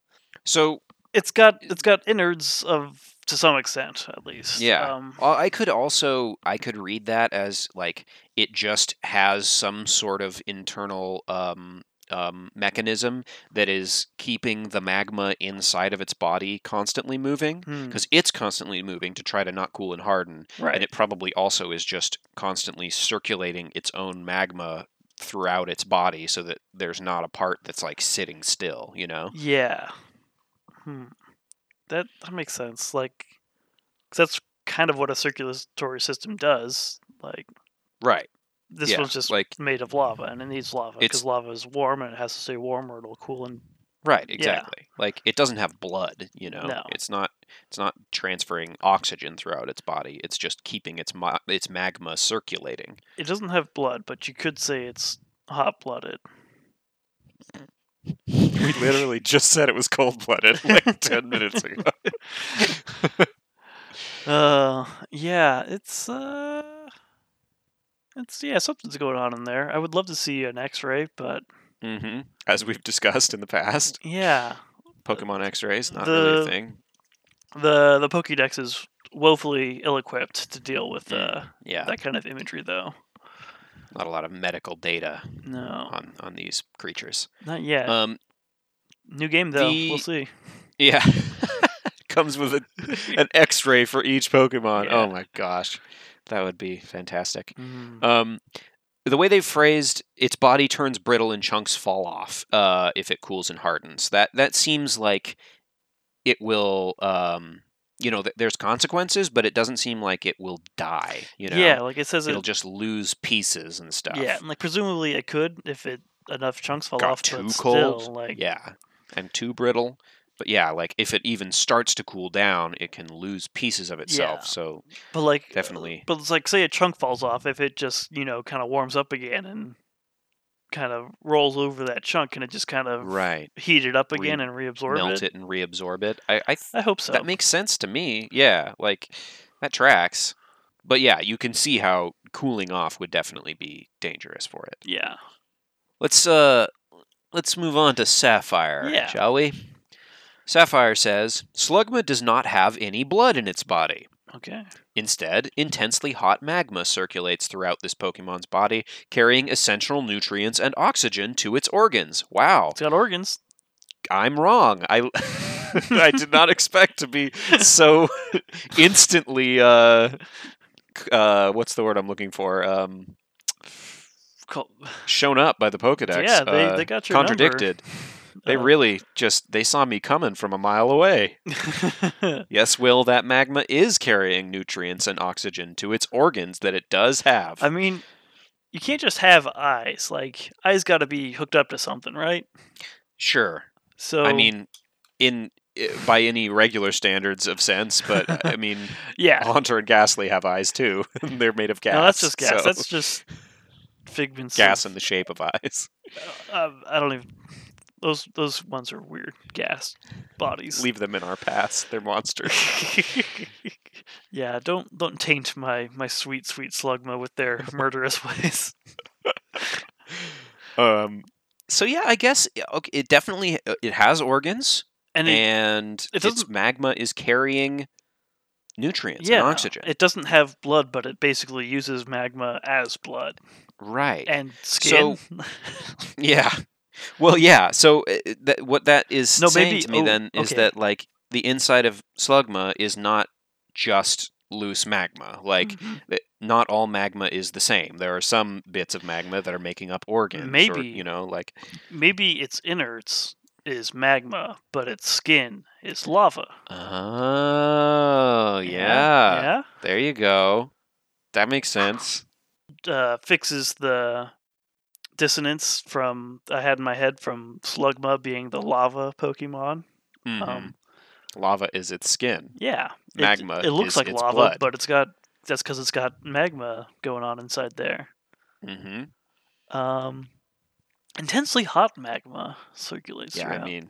Speaker 2: so
Speaker 1: It's got it's got innards of to some extent at least.
Speaker 2: Yeah.
Speaker 1: Um,
Speaker 2: uh, i could also i could read that as like it just has some sort of internal um, um, mechanism that is keeping the magma inside of its body constantly moving
Speaker 1: hmm,
Speaker 2: because it's constantly moving to try to not cool and harden
Speaker 1: right.
Speaker 2: and it probably also is just constantly circulating its own magma throughout its body so that there's not a part that's like sitting still you know
Speaker 1: yeah. Hmm. That that makes sense. Like 'cause that's kind of what a circulatory system does. Like
Speaker 2: right
Speaker 1: this
Speaker 2: Yeah,
Speaker 1: one's just
Speaker 2: like
Speaker 1: made of lava and it needs lava
Speaker 2: It's-
Speaker 1: because lava is warm and it has to stay warm or it'll cool and
Speaker 2: right exactly like it doesn't have blood you know
Speaker 1: No.
Speaker 2: it's not it's not transferring oxygen throughout its body it's just keeping its ma- its magma circulating
Speaker 1: it doesn't have blood but you could say it's hot blooded
Speaker 2: we literally just said it was cold-blooded like 10 minutes ago
Speaker 1: uh yeah it's uh it's yeah something's going on in there i would love to see an x-ray but
Speaker 2: hmm as we've discussed in the past
Speaker 1: yeah
Speaker 2: pokemon x-rays not
Speaker 1: The-
Speaker 2: really a thing
Speaker 1: the the pokédex is woefully ill-equipped to deal with uh,
Speaker 2: Mm, yeah
Speaker 1: that kind of imagery though
Speaker 2: not a lot of medical data
Speaker 1: no
Speaker 2: on on these creatures.
Speaker 1: not yet
Speaker 2: Um,
Speaker 1: new game though we'll
Speaker 2: the-
Speaker 1: see
Speaker 2: yeah, comes with a, an X-ray for each Pokemon. Oh
Speaker 1: Yeah.
Speaker 2: my gosh, that would be fantastic.
Speaker 1: Mm.
Speaker 2: Um, the way they've phrased its body turns brittle and chunks fall off uh, if it cools and hardens. That that seems like it will. Um, you know, th- there's consequences, but it doesn't seem like it will die. You know,
Speaker 1: yeah like it says
Speaker 2: it'll
Speaker 1: it
Speaker 2: just lose pieces and stuff.
Speaker 1: Yeah, and like presumably it could if it enough chunks fall
Speaker 2: got
Speaker 1: off.
Speaker 2: too
Speaker 1: but
Speaker 2: cold.
Speaker 1: still, like
Speaker 2: yeah, and too brittle. But yeah, like if it even starts to cool down, it can lose pieces of itself.
Speaker 1: Yeah.
Speaker 2: So
Speaker 1: but like
Speaker 2: definitely,
Speaker 1: But it's like say a chunk falls off if it just you know kind of warms up again and kind of rolls over that chunk and it just kind of
Speaker 2: right,
Speaker 1: heat it up
Speaker 2: Re-
Speaker 1: again and reabsorb
Speaker 2: melt it and reabsorb it. I, I th-
Speaker 1: I hope so.
Speaker 2: that makes sense to me. Yeah, like that tracks. But yeah, you can see how cooling off would definitely be dangerous for it.
Speaker 1: yeah.
Speaker 2: Let's uh let's move on to Sapphire,
Speaker 1: Yeah.
Speaker 2: shall we? Sapphire says, Slugma does not have any blood in its body.
Speaker 1: Okay.
Speaker 2: Instead, intensely hot magma circulates throughout this Pokemon's body, carrying essential nutrients and oxygen to its organs. Wow,
Speaker 1: It's got organs.
Speaker 2: I'm wrong. I, I did not expect to be so instantly. Uh, c- uh, what's the word I'm looking for? Um,
Speaker 1: Co-
Speaker 2: shown up by the Pokedex.
Speaker 1: yeah, they,
Speaker 2: uh,
Speaker 1: they got your number.
Speaker 2: contradicted. They
Speaker 1: Uh,
Speaker 2: really just they saw me coming from a mile away. Yes, Will, that magma is carrying nutrients and oxygen to its organs that it does have.
Speaker 1: I mean, you can't just have eyes. Like eyes got to be hooked up to something, right?
Speaker 2: sure.
Speaker 1: So
Speaker 2: I mean, in i- by any regular standards of sense, but uh, I mean,
Speaker 1: yeah.
Speaker 2: Haunter and Ghastly have eyes too. and They're made of oh, gas.
Speaker 1: no, that's just gas.
Speaker 2: so
Speaker 1: That's just figments. of-
Speaker 2: gas in the shape of eyes.
Speaker 1: uh, I don't even Those those ones are weird gas bodies.
Speaker 2: Leave them in our past. They're monsters.
Speaker 1: yeah, don't don't taint my my sweet sweet slugma with their murderous ways.
Speaker 2: Um, so yeah, I guess okay, it definitely uh, it has organs
Speaker 1: And
Speaker 2: and,
Speaker 1: it, it
Speaker 2: its
Speaker 1: doesn't-
Speaker 2: magma is carrying nutrients
Speaker 1: yeah,
Speaker 2: and oxygen.
Speaker 1: It doesn't have blood, but it basically uses magma as blood
Speaker 2: right.
Speaker 1: and skin.
Speaker 2: Yeah. Well, yeah. So uh, that, what that is
Speaker 1: No,
Speaker 2: saying
Speaker 1: maybe-
Speaker 2: to me
Speaker 1: oh,
Speaker 2: then is
Speaker 1: okay.
Speaker 2: that like the inside of Slugma is not just loose magma. Like
Speaker 1: Mm-hmm.
Speaker 2: th- not all magma is the same. There are some bits of magma that are making up organs. Or,
Speaker 1: Maybe.
Speaker 2: you know, like
Speaker 1: maybe its innards is magma, but its skin is lava.
Speaker 2: oh yeah,
Speaker 1: Yeah.
Speaker 2: There you go. That makes sense.
Speaker 1: uh, fixes the dissonance from I had in my head from Slugma being the lava Pokemon.
Speaker 2: Mhm.
Speaker 1: Um,
Speaker 2: Lava is its skin.
Speaker 1: yeah, It-
Speaker 2: Magma.
Speaker 1: It, looks
Speaker 2: is
Speaker 1: like
Speaker 2: its
Speaker 1: lava,
Speaker 2: blood.
Speaker 1: but it's got that's because it's got magma going on inside there.
Speaker 2: hmm
Speaker 1: Um, intensely hot magma circulates
Speaker 2: Yeah,
Speaker 1: around.
Speaker 2: I mean,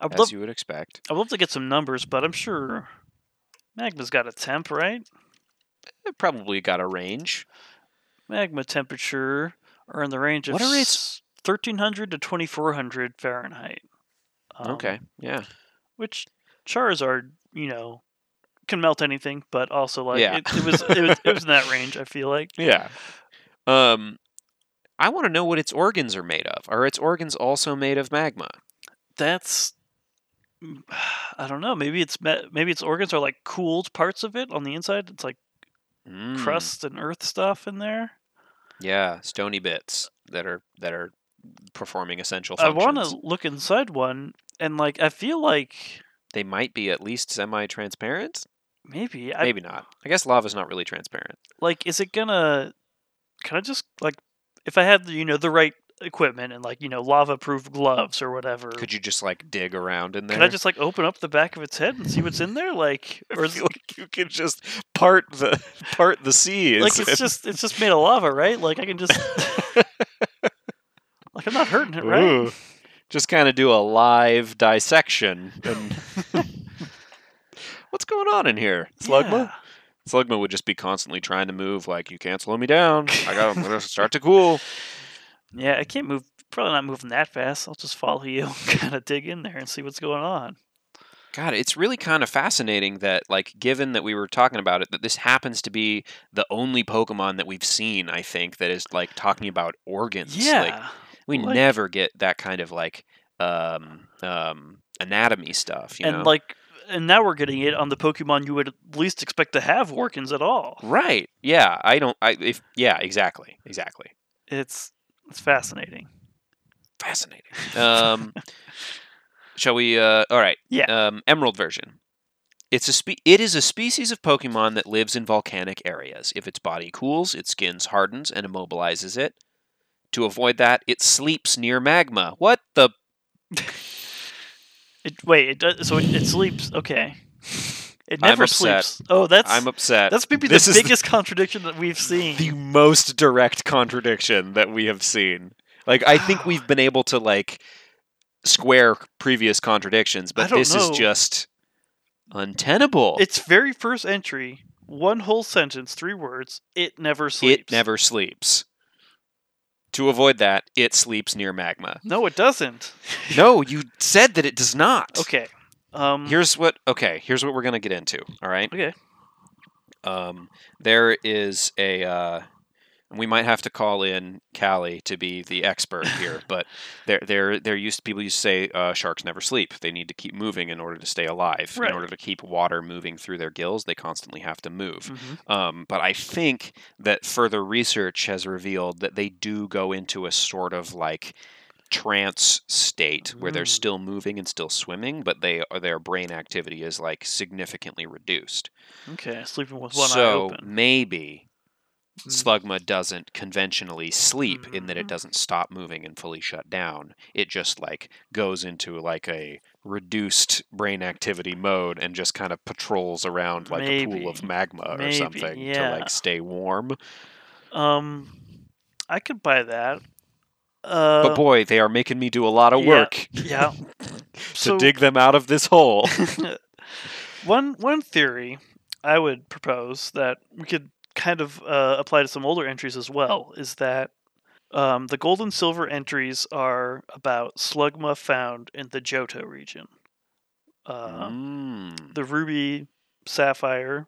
Speaker 1: I'd
Speaker 2: as
Speaker 1: love,
Speaker 2: you would expect.
Speaker 1: I'd love to get some numbers, but I'm sure magma's got a temp, right?
Speaker 2: It probably got a range.
Speaker 1: Magma temperature are in the range of
Speaker 2: What are its-
Speaker 1: s- 1300 to 2400 Fahrenheit. Um,
Speaker 2: okay. Yeah.
Speaker 1: which Charizard, you know, can melt anything, but also like
Speaker 2: Yeah.
Speaker 1: it, it was it was it was in that range. I feel like
Speaker 2: Yeah. Um, I want to know what its organs are made of. Are its organs also made of magma?
Speaker 1: that's I don't know. Maybe it's me- maybe its organs are like cooled parts of it on the inside. It's like
Speaker 2: Mm,
Speaker 1: crust and earth stuff in there.
Speaker 2: Yeah, stony bits that are that are performing essential
Speaker 1: I
Speaker 2: functions.
Speaker 1: want to look inside one, and like I feel like
Speaker 2: They might be at least semi-transparent.
Speaker 1: maybe I
Speaker 2: Maybe not. I guess lava's not really transparent.
Speaker 1: like is it gonna? Can I just like if I had the you know the right equipment and like you know lava proof gloves or whatever?
Speaker 2: Could you just like dig around in there?
Speaker 1: Can I just like open up the back of its head and see what's in there? Like, or
Speaker 2: Or
Speaker 1: is,
Speaker 2: feel like you could just part the part the seas.
Speaker 1: like it's just it's just made of lava, right? Like I can just like I'm not hurting it, right?
Speaker 2: Ooh. Just kind of do a live dissection. And What's going on in here, Slugma?
Speaker 1: Yeah.
Speaker 2: Slugma would just be constantly trying to move, like you can't slow me down. I got. I'm gonna start to cool.
Speaker 1: Yeah. I can't move. Probably not moving that fast. I'll just follow you, kind of dig in there and see what's going on.
Speaker 2: God, it's really kind of fascinating that, like, given that we were talking about it, that this happens to be the only Pokemon that we've seen. I think that is like talking about organs.
Speaker 1: Yeah,
Speaker 2: like, we
Speaker 1: like-
Speaker 2: never get that kind of like um, um, anatomy stuff. You
Speaker 1: and
Speaker 2: know?
Speaker 1: like, and now we're getting it on the Pokemon you would at least expect to have organs at all.
Speaker 2: Right. Yeah. I don't. I if yeah. Exactly. Exactly.
Speaker 1: It's it's fascinating.
Speaker 2: Fascinating. Um, shall we? Uh, all right.
Speaker 1: Yeah.
Speaker 2: Um, Emerald version. It's a spe- it is a species of Pokemon that lives in volcanic areas. If its body cools, its skin hardens and immobilizes it. To avoid that, it sleeps near magma. What the?
Speaker 1: It, wait, it does, so it, it sleeps. Okay, it
Speaker 2: I'm
Speaker 1: never
Speaker 2: upset.
Speaker 1: sleeps. Oh, that's
Speaker 2: I'm upset.
Speaker 1: That's maybe
Speaker 2: This
Speaker 1: the
Speaker 2: is the-
Speaker 1: biggest contradiction that we've seen.
Speaker 2: the most direct contradiction that we have seen. Like I think we've been able to like square previous contradictions, but
Speaker 1: don't
Speaker 2: this is
Speaker 1: know.
Speaker 2: just untenable.
Speaker 1: Its very first entry, one whole sentence, three words. It never sleeps.
Speaker 2: It never sleeps. To avoid that, it sleeps near magma.
Speaker 1: No, it doesn't.
Speaker 2: No, you said that it does not.
Speaker 1: Okay. Um.
Speaker 2: Here's what okay, here's what we're gonna get into, all right?
Speaker 1: Okay.
Speaker 2: Um there is a uh we might have to call in Callie to be the expert here, but there, there, there used people used to say uh, sharks never sleep. They need to keep moving in order to stay alive.
Speaker 1: Right.
Speaker 2: In order to keep water moving through their gills, they constantly have to move.
Speaker 1: Mhm.
Speaker 2: Um, but I think that further research has revealed that they do go into a sort of like trance state where they're
Speaker 1: Mm.
Speaker 2: still moving and still swimming, but they their brain activity is like significantly reduced.
Speaker 1: Okay. Sleeping with one eye
Speaker 2: so
Speaker 1: open.
Speaker 2: maybe
Speaker 1: Mm.
Speaker 2: Slugma doesn't conventionally sleep in that it
Speaker 1: Mhm.
Speaker 2: doesn't stop moving and fully shut down. It just like goes into like a reduced brain activity mode and just kind of patrols around like a pool of
Speaker 1: Maybe.
Speaker 2: magma or
Speaker 1: Maybe,
Speaker 2: something to
Speaker 1: yeah. Mm-hmm.
Speaker 2: like stay warm.
Speaker 1: Um. I could buy that. Uh,
Speaker 2: but boy, they are making me do a lot of
Speaker 1: yeah.
Speaker 2: work
Speaker 1: yeah.
Speaker 2: to
Speaker 1: so
Speaker 2: dig them out of this hole.
Speaker 1: one one theory I would propose that we could kind of uh, apply to some older entries as well is that um, the gold and silver entries are about slugma found in the Johto region. Uh,
Speaker 2: Mm.
Speaker 1: the ruby sapphire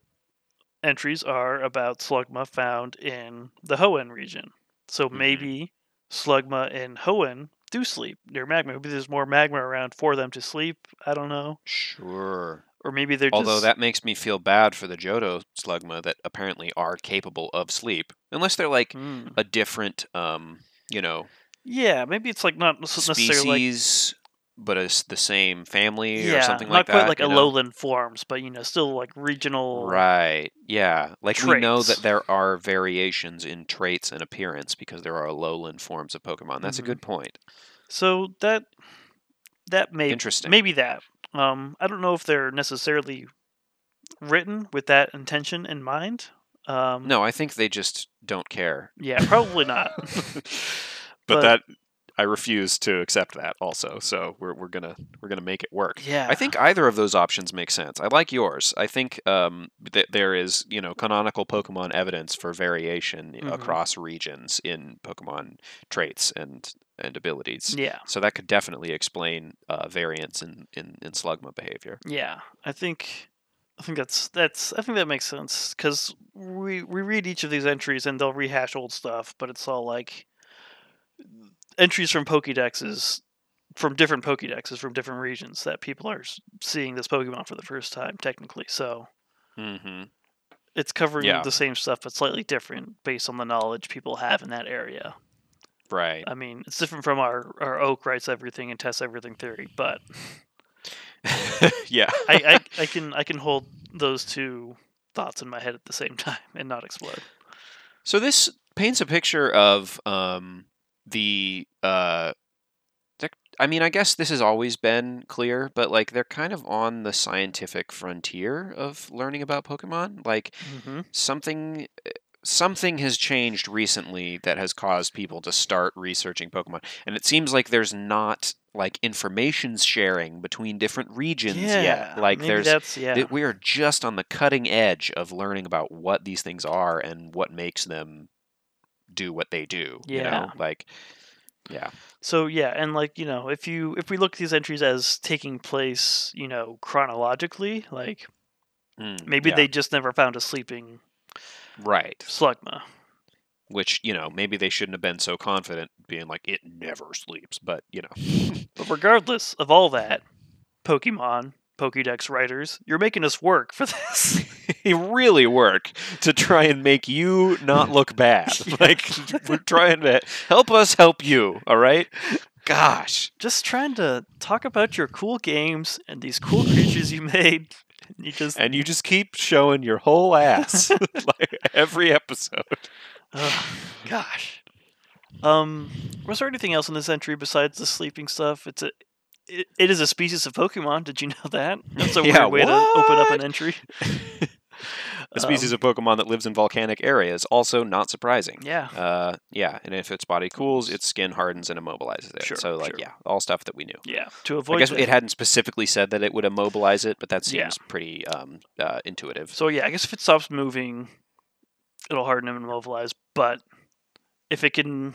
Speaker 1: entries are about slugma found in the hoenn region so
Speaker 2: Mhm.
Speaker 1: maybe slugma and hoenn do sleep near magma maybe there's more magma around for them to sleep i don't know
Speaker 2: Sure.
Speaker 1: or maybe they're
Speaker 2: Although
Speaker 1: just
Speaker 2: that makes me feel bad for the Johto Slugma that apparently are capable of sleep, unless they're like
Speaker 1: Hmm.
Speaker 2: a different, um, you know,
Speaker 1: yeah maybe it's like not s- necessarily like
Speaker 2: species, but it's the same family
Speaker 1: yeah
Speaker 2: or something
Speaker 1: not
Speaker 2: like
Speaker 1: quite
Speaker 2: that.
Speaker 1: like
Speaker 2: you know?
Speaker 1: lowland forms but you know still like regional
Speaker 2: Right. Yeah. Like we know
Speaker 1: traits.
Speaker 2: that there are variations in traits and appearance because there are lowland forms of Pokemon. That's
Speaker 1: Mhm.
Speaker 2: a good point.
Speaker 1: so that that may
Speaker 2: Interesting.
Speaker 1: maybe that um i don't know if they're necessarily written with that intention in mind um
Speaker 2: No, I think they just don't care.
Speaker 1: yeah probably not But-
Speaker 2: I refuse to accept that also. So we're, we're gonna we're gonna make it work.
Speaker 1: yeah
Speaker 2: I think either of those options make sense. I like yours. I think um, that there is, you know, canonical Pokemon evidence for variation
Speaker 1: Mhm.
Speaker 2: across regions in Pokemon traits and and abilities.
Speaker 1: yeah
Speaker 2: So that could definitely explain uh, variance in, in, in Slugma behavior.
Speaker 1: yeah i think i think that's that's i think that makes sense because we we read each of these entries and they'll rehash old stuff but it's all like entries from pokédexes from different pokédexes from different regions that people are s- seeing this pokemon for the first time technically so
Speaker 2: Mm-hmm.
Speaker 1: it's covering
Speaker 2: Yeah.
Speaker 1: the same stuff but slightly different based on the knowledge people have in that area.
Speaker 2: Right.
Speaker 1: I mean, it's different from our our Oak writes everything and tests everything theory, but
Speaker 2: yeah.
Speaker 1: I, I I can I can hold those two thoughts in my head at the same time and not explode.
Speaker 2: So this paints a picture of um, the. Uh, tech- I mean, I guess this has always been clear, but like they're kind of on the scientific frontier of learning about Pokemon. Like
Speaker 1: Mm-hmm.
Speaker 2: something eh, something has changed recently that has caused people to start researching pokemon and it seems like there's not like information sharing between different regions
Speaker 1: Yeah,
Speaker 2: yet like
Speaker 1: maybe
Speaker 2: there's
Speaker 1: that's yeah.
Speaker 2: that we are just on the cutting edge of learning about what these things are and what makes them do what they do you
Speaker 1: Yeah.
Speaker 2: know like yeah
Speaker 1: So yeah, and like you know, if you if we look at these entries as taking place, you know, chronologically, like
Speaker 2: Mm,
Speaker 1: maybe
Speaker 2: yeah.
Speaker 1: they just never found a sleeping
Speaker 2: right
Speaker 1: slugma.
Speaker 2: which you know maybe they shouldn't have been so confident being like it never sleeps but you know
Speaker 1: But regardless of all that, Pokemon, Pokédex writers, you're making us work for this.
Speaker 2: they really work to try and make you not look bad.
Speaker 1: Yeah.
Speaker 2: Like we're trying to help us help you, all right? Gosh.
Speaker 1: just trying to talk about your cool games and these cool creatures you made. And you just
Speaker 2: And you just keep showing your whole ass like every episode.
Speaker 1: ugh, gosh. Um, was there anything else in this entry besides the sleeping stuff? It's a it, it is a species of Pokemon. Did you know that? That's a
Speaker 2: Yeah,
Speaker 1: weird way to open up
Speaker 2: what?
Speaker 1: an entry.
Speaker 2: A species of Pokemon that lives in volcanic areas, also not surprising.
Speaker 1: Um, Yeah.
Speaker 2: Uh, yeah, and if its body cools, its skin hardens and immobilizes it.
Speaker 1: Sure,
Speaker 2: so like
Speaker 1: sure.
Speaker 2: yeah, all stuff that we knew.
Speaker 1: Yeah. To
Speaker 2: I
Speaker 1: avoid
Speaker 2: guess
Speaker 1: that-
Speaker 2: it hadn't specifically said that it would immobilize it, but that seems
Speaker 1: Yeah.
Speaker 2: pretty um, uh, intuitive.
Speaker 1: So yeah, I guess if it stops moving, it'll harden him and immobilize. But if it can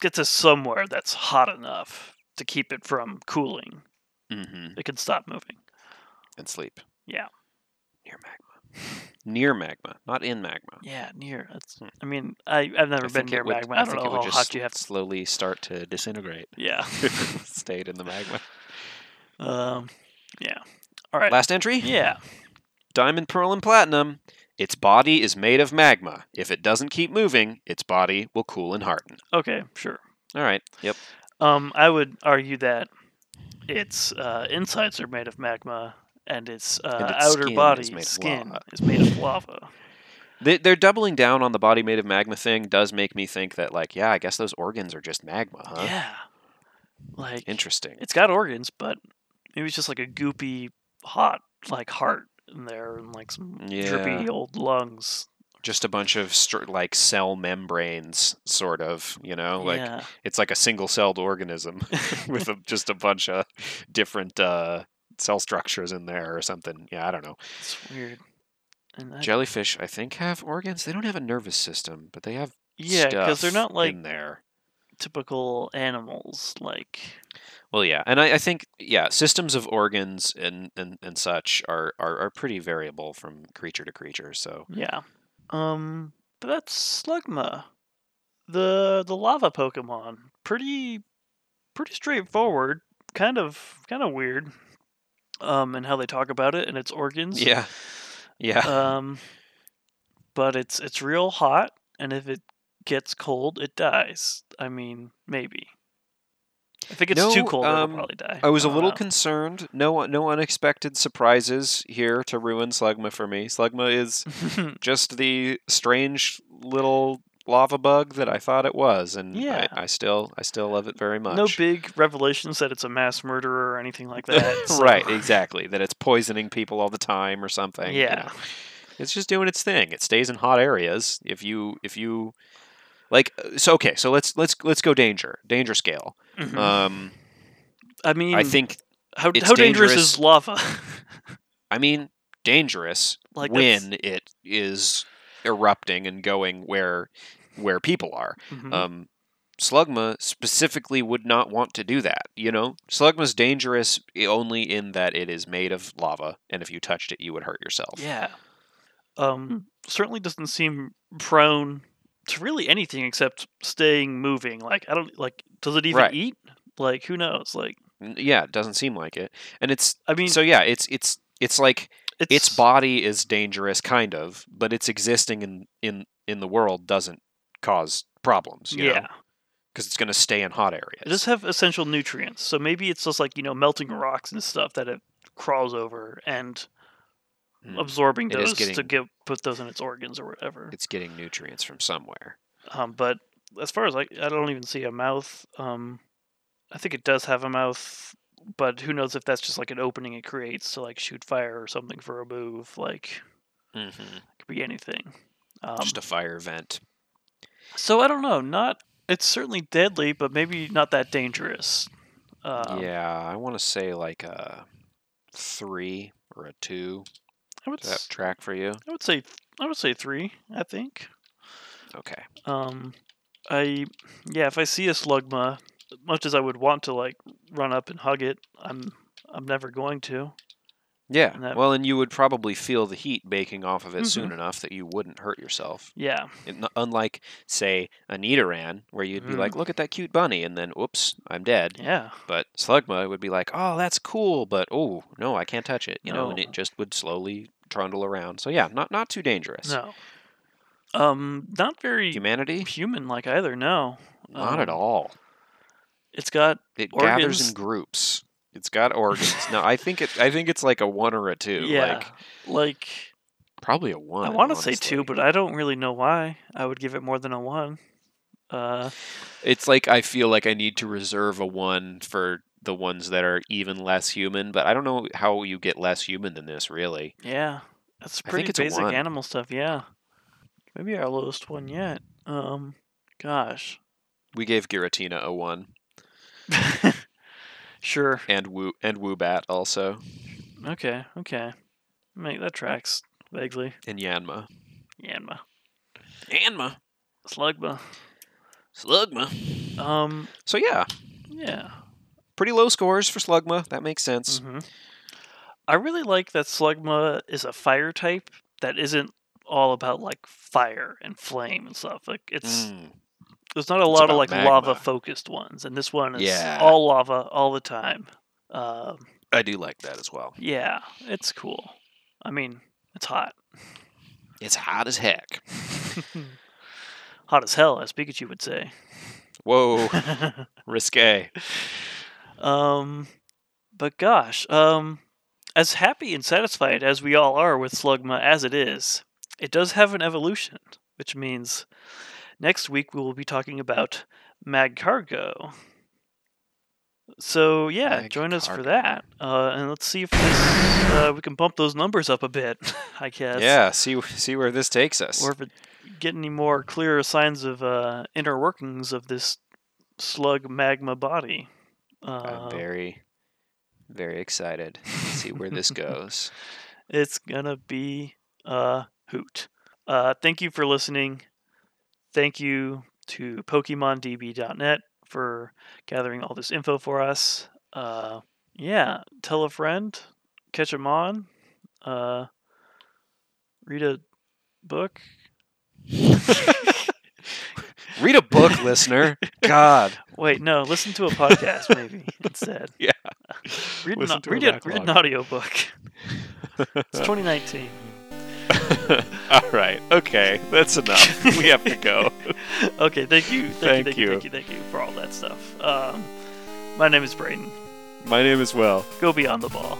Speaker 1: get to somewhere that's hot enough to keep it from cooling,
Speaker 2: mm-hmm.
Speaker 1: it can stop moving.
Speaker 2: and sleep.
Speaker 1: Yeah.
Speaker 2: Near magma. Near magma, not in magma.
Speaker 1: Yeah, near. That's,
Speaker 2: Hmm.
Speaker 1: I mean, I I've never been
Speaker 2: think
Speaker 1: near
Speaker 2: it would-
Speaker 1: magma. I don't
Speaker 2: think
Speaker 1: know
Speaker 2: it would
Speaker 1: how
Speaker 2: just
Speaker 1: hot you have. To,
Speaker 2: slowly start to disintegrate.
Speaker 1: yeah.
Speaker 2: if it stayed in the magma.
Speaker 1: Um. Yeah. All right.
Speaker 2: Last entry:
Speaker 1: Yeah.
Speaker 2: Diamond, pearl, and platinum. Its body is made of magma. If it doesn't keep moving, its body will cool and harden.
Speaker 1: Okay. Sure.
Speaker 2: All right. Yep.
Speaker 1: Um. I would argue that its uh, insides are made of magma, and its, uh,
Speaker 2: its
Speaker 1: outer
Speaker 2: skin is
Speaker 1: body
Speaker 2: made of
Speaker 1: skin
Speaker 2: lava.
Speaker 1: is made of lava.
Speaker 2: They, they're doubling down on the body made of magma thing. Does make me think that, like, yeah, I guess those organs are just magma, huh?
Speaker 1: Yeah. Like
Speaker 2: Interesting.
Speaker 1: it's got organs, but maybe it's just like a goopy, hot, like heart in there, and like some
Speaker 2: Yeah.
Speaker 1: drippy old lungs
Speaker 2: just a bunch of str- like cell membranes, sort of. You know, Oh, like
Speaker 1: yeah.
Speaker 2: it's like a single-celled organism with a, just a bunch of different uh, cell structures in there or something. Yeah, I don't know.
Speaker 1: It's weird. And I,
Speaker 2: Jellyfish, I think, have organs. They don't have a nervous system, but they have
Speaker 1: yeah, because they're
Speaker 2: stuff
Speaker 1: not like
Speaker 2: in there.
Speaker 1: typical animals. Like
Speaker 2: Well, yeah, and I, I think yeah, systems of organs and and, and such are, are are pretty variable from creature to creature. So
Speaker 1: yeah. Um, but that's Slugma, the the lava Pokemon. Pretty, pretty straightforward. Kind of kind of weird. Um, and how they talk about it and its organs.
Speaker 2: yeah, yeah,
Speaker 1: um, but it's it's real hot, and if it gets cold, it dies. I mean, maybe. If it gets too
Speaker 2: No,
Speaker 1: cold,
Speaker 2: um,
Speaker 1: it'll probably die.
Speaker 2: I was a
Speaker 1: don't
Speaker 2: little
Speaker 1: know.
Speaker 2: concerned. No no unexpected surprises here to ruin Slugma for me. Slugma is
Speaker 1: Mm.
Speaker 2: just the strange little lava bug that I thought it was, and
Speaker 1: Yeah.
Speaker 2: I, I still I still love it very much.
Speaker 1: no big revelations that it's a mass murderer or anything like that. so-
Speaker 2: right, exactly. That it's poisoning people all the time or something. you
Speaker 1: Yeah.
Speaker 2: know. It's just doing its thing. It stays in hot areas. If you if you like uh, so okay, so let's let's let's go danger. Danger scale.
Speaker 1: Mhm.
Speaker 2: Um
Speaker 1: I mean,
Speaker 2: I think
Speaker 1: how,
Speaker 2: it's
Speaker 1: how dangerous.
Speaker 2: dangerous.
Speaker 1: is lava?
Speaker 2: I mean dangerous
Speaker 1: Like, that's-
Speaker 2: when it is erupting and going where where people are.
Speaker 1: Mhm.
Speaker 2: Um, Slugma specifically would not want to do that. You know, Slugma's dangerous i- only in that it is made of lava, and if you touched it, you would hurt yourself.
Speaker 1: yeah.
Speaker 2: Hmm.
Speaker 1: Um, certainly doesn't seem prone to really anything except staying moving. Like I don't like. Does it even
Speaker 2: Right.
Speaker 1: eat? Like who knows? Like
Speaker 2: N- Yeah, it doesn't seem like it. And it's
Speaker 1: I mean,
Speaker 2: so yeah, it's it's it's like
Speaker 1: it's
Speaker 2: its body is dangerous, kind of, but its existing in in in the world doesn't cause problems. You
Speaker 1: yeah.
Speaker 2: because it's going to stay in hot areas.
Speaker 1: It does have essential nutrients, so maybe it's just like you know melting rocks and stuff that it crawls over and
Speaker 2: Mm.
Speaker 1: absorbing
Speaker 2: It is
Speaker 1: those to
Speaker 2: getting-
Speaker 1: give put those in its organs or whatever.
Speaker 2: It's getting nutrients from somewhere.
Speaker 1: Um, but as far as like, I don't even see a mouth. Um, I think it does have a mouth, but who knows if that's just like an opening it creates to like shoot fire or something for a move. Like
Speaker 2: Mm-hmm.
Speaker 1: it could be anything. Um,
Speaker 2: Just a fire vent.
Speaker 1: so I don't know. Not it's certainly deadly, but maybe not that dangerous. Um,
Speaker 2: yeah, I want to say like a three or a two.
Speaker 1: I would
Speaker 2: Does that
Speaker 1: s-
Speaker 2: track for you?
Speaker 1: I would say I would say three. I think.
Speaker 2: Okay.
Speaker 1: Um, I yeah, if I see a slugma, much as I would want to like run up and hug it, I'm I'm never going to.
Speaker 2: Yeah.
Speaker 1: And that-
Speaker 2: Well, and you would probably feel the heat baking off of it
Speaker 1: Mm-hmm.
Speaker 2: soon enough that you wouldn't hurt yourself.
Speaker 1: Yeah,
Speaker 2: It, n- unlike, say, an Nidoran, where you'd be
Speaker 1: Mm.
Speaker 2: like, "Look at that cute bunny," and then, "Oops, I'm dead."
Speaker 1: yeah,
Speaker 2: But Slugma would be like, "Oh, that's cool," but oh no, I can't touch it. You know, and
Speaker 1: No.
Speaker 2: it just would slowly trundle around. So yeah, not not too dangerous.
Speaker 1: no. Um, not very
Speaker 2: Humanity,
Speaker 1: human like either. No,
Speaker 2: not at
Speaker 1: Um,
Speaker 2: all.
Speaker 1: it's got
Speaker 2: It gathers
Speaker 1: organs-
Speaker 2: in groups. It's got organs. no, I think it. I think it's like a one or a two.
Speaker 1: yeah,
Speaker 2: Like
Speaker 1: like,
Speaker 2: probably a one.
Speaker 1: I want to say two,
Speaker 2: honestly.
Speaker 1: but I don't really know why I would give it more than a one. Uh,
Speaker 2: It's like I feel like I need to reserve a one for the ones that are even less human, but I don't know how you get less human than this, really.
Speaker 1: yeah, that's
Speaker 2: I think
Speaker 1: pretty
Speaker 2: it's a
Speaker 1: basic
Speaker 2: one.
Speaker 1: animal stuff. Yeah, maybe our lowest one yet. Um, gosh.
Speaker 2: We gave Giratina a one,
Speaker 1: sure.
Speaker 2: and Woo and Woobat also,
Speaker 1: Okay. Okay. Make that tracks vaguely.
Speaker 2: and Yanma.
Speaker 1: Yanma,
Speaker 2: Yanma,
Speaker 1: Slugma.
Speaker 2: Slugma.
Speaker 1: Um.
Speaker 2: So yeah,
Speaker 1: Yeah.
Speaker 2: pretty low scores for Slugma. That makes sense.
Speaker 1: hmm I really like that Slugma is a fire type that isn't all about like fire and flame and stuff. Like it's
Speaker 2: Mm.
Speaker 1: there's not a lot of
Speaker 2: about
Speaker 1: like
Speaker 2: magma.
Speaker 1: lava focused ones, and this one is
Speaker 2: Yeah.
Speaker 1: all lava all the time. Um.
Speaker 2: I do like that as well.
Speaker 1: Yeah. It's cool. I mean, it's hot.
Speaker 2: It's hot as heck.
Speaker 1: hot as hell, as Pikachu would say.
Speaker 2: Whoa, risque.
Speaker 1: Um, but gosh, um, as happy and satisfied as we all are with Slugma as it is, it does have an evolution, which means next week we will be talking about Magcargo. So yeah,
Speaker 2: Meg
Speaker 1: join us for
Speaker 2: Carpenter.
Speaker 1: that, uh, and let's see if this, uh, we can bump those numbers up a bit. I guess.
Speaker 2: yeah, see see where this takes us.
Speaker 1: Or if it get any more clearer signs of uh, inner workings of this slug magma body.
Speaker 2: I'm
Speaker 1: Uh,
Speaker 2: very very excited. to see where this goes.
Speaker 1: it's gonna be a hoot. Uh, thank you for listening. Thank you to PokemonDB.net for gathering all this info for us. Uh, yeah, tell a friend, catch 'em on, uh, read a book.
Speaker 2: Read a book, listener. God.
Speaker 1: Wait, no, listen to a podcast maybe instead.
Speaker 2: Yeah.
Speaker 1: Read,
Speaker 2: Listen
Speaker 1: an,
Speaker 2: to a
Speaker 1: read, a, read an
Speaker 2: backlog.
Speaker 1: audiobook. It's 2019.
Speaker 2: All right. Okay. That's enough. We have to go.
Speaker 1: okay, thank you. Thank, you,
Speaker 2: Thank
Speaker 1: thank you.
Speaker 2: you.
Speaker 1: Thank you. Thank you for all that stuff. Um, my name is Brayden.
Speaker 2: My name is Will.
Speaker 1: Go beyond the ball.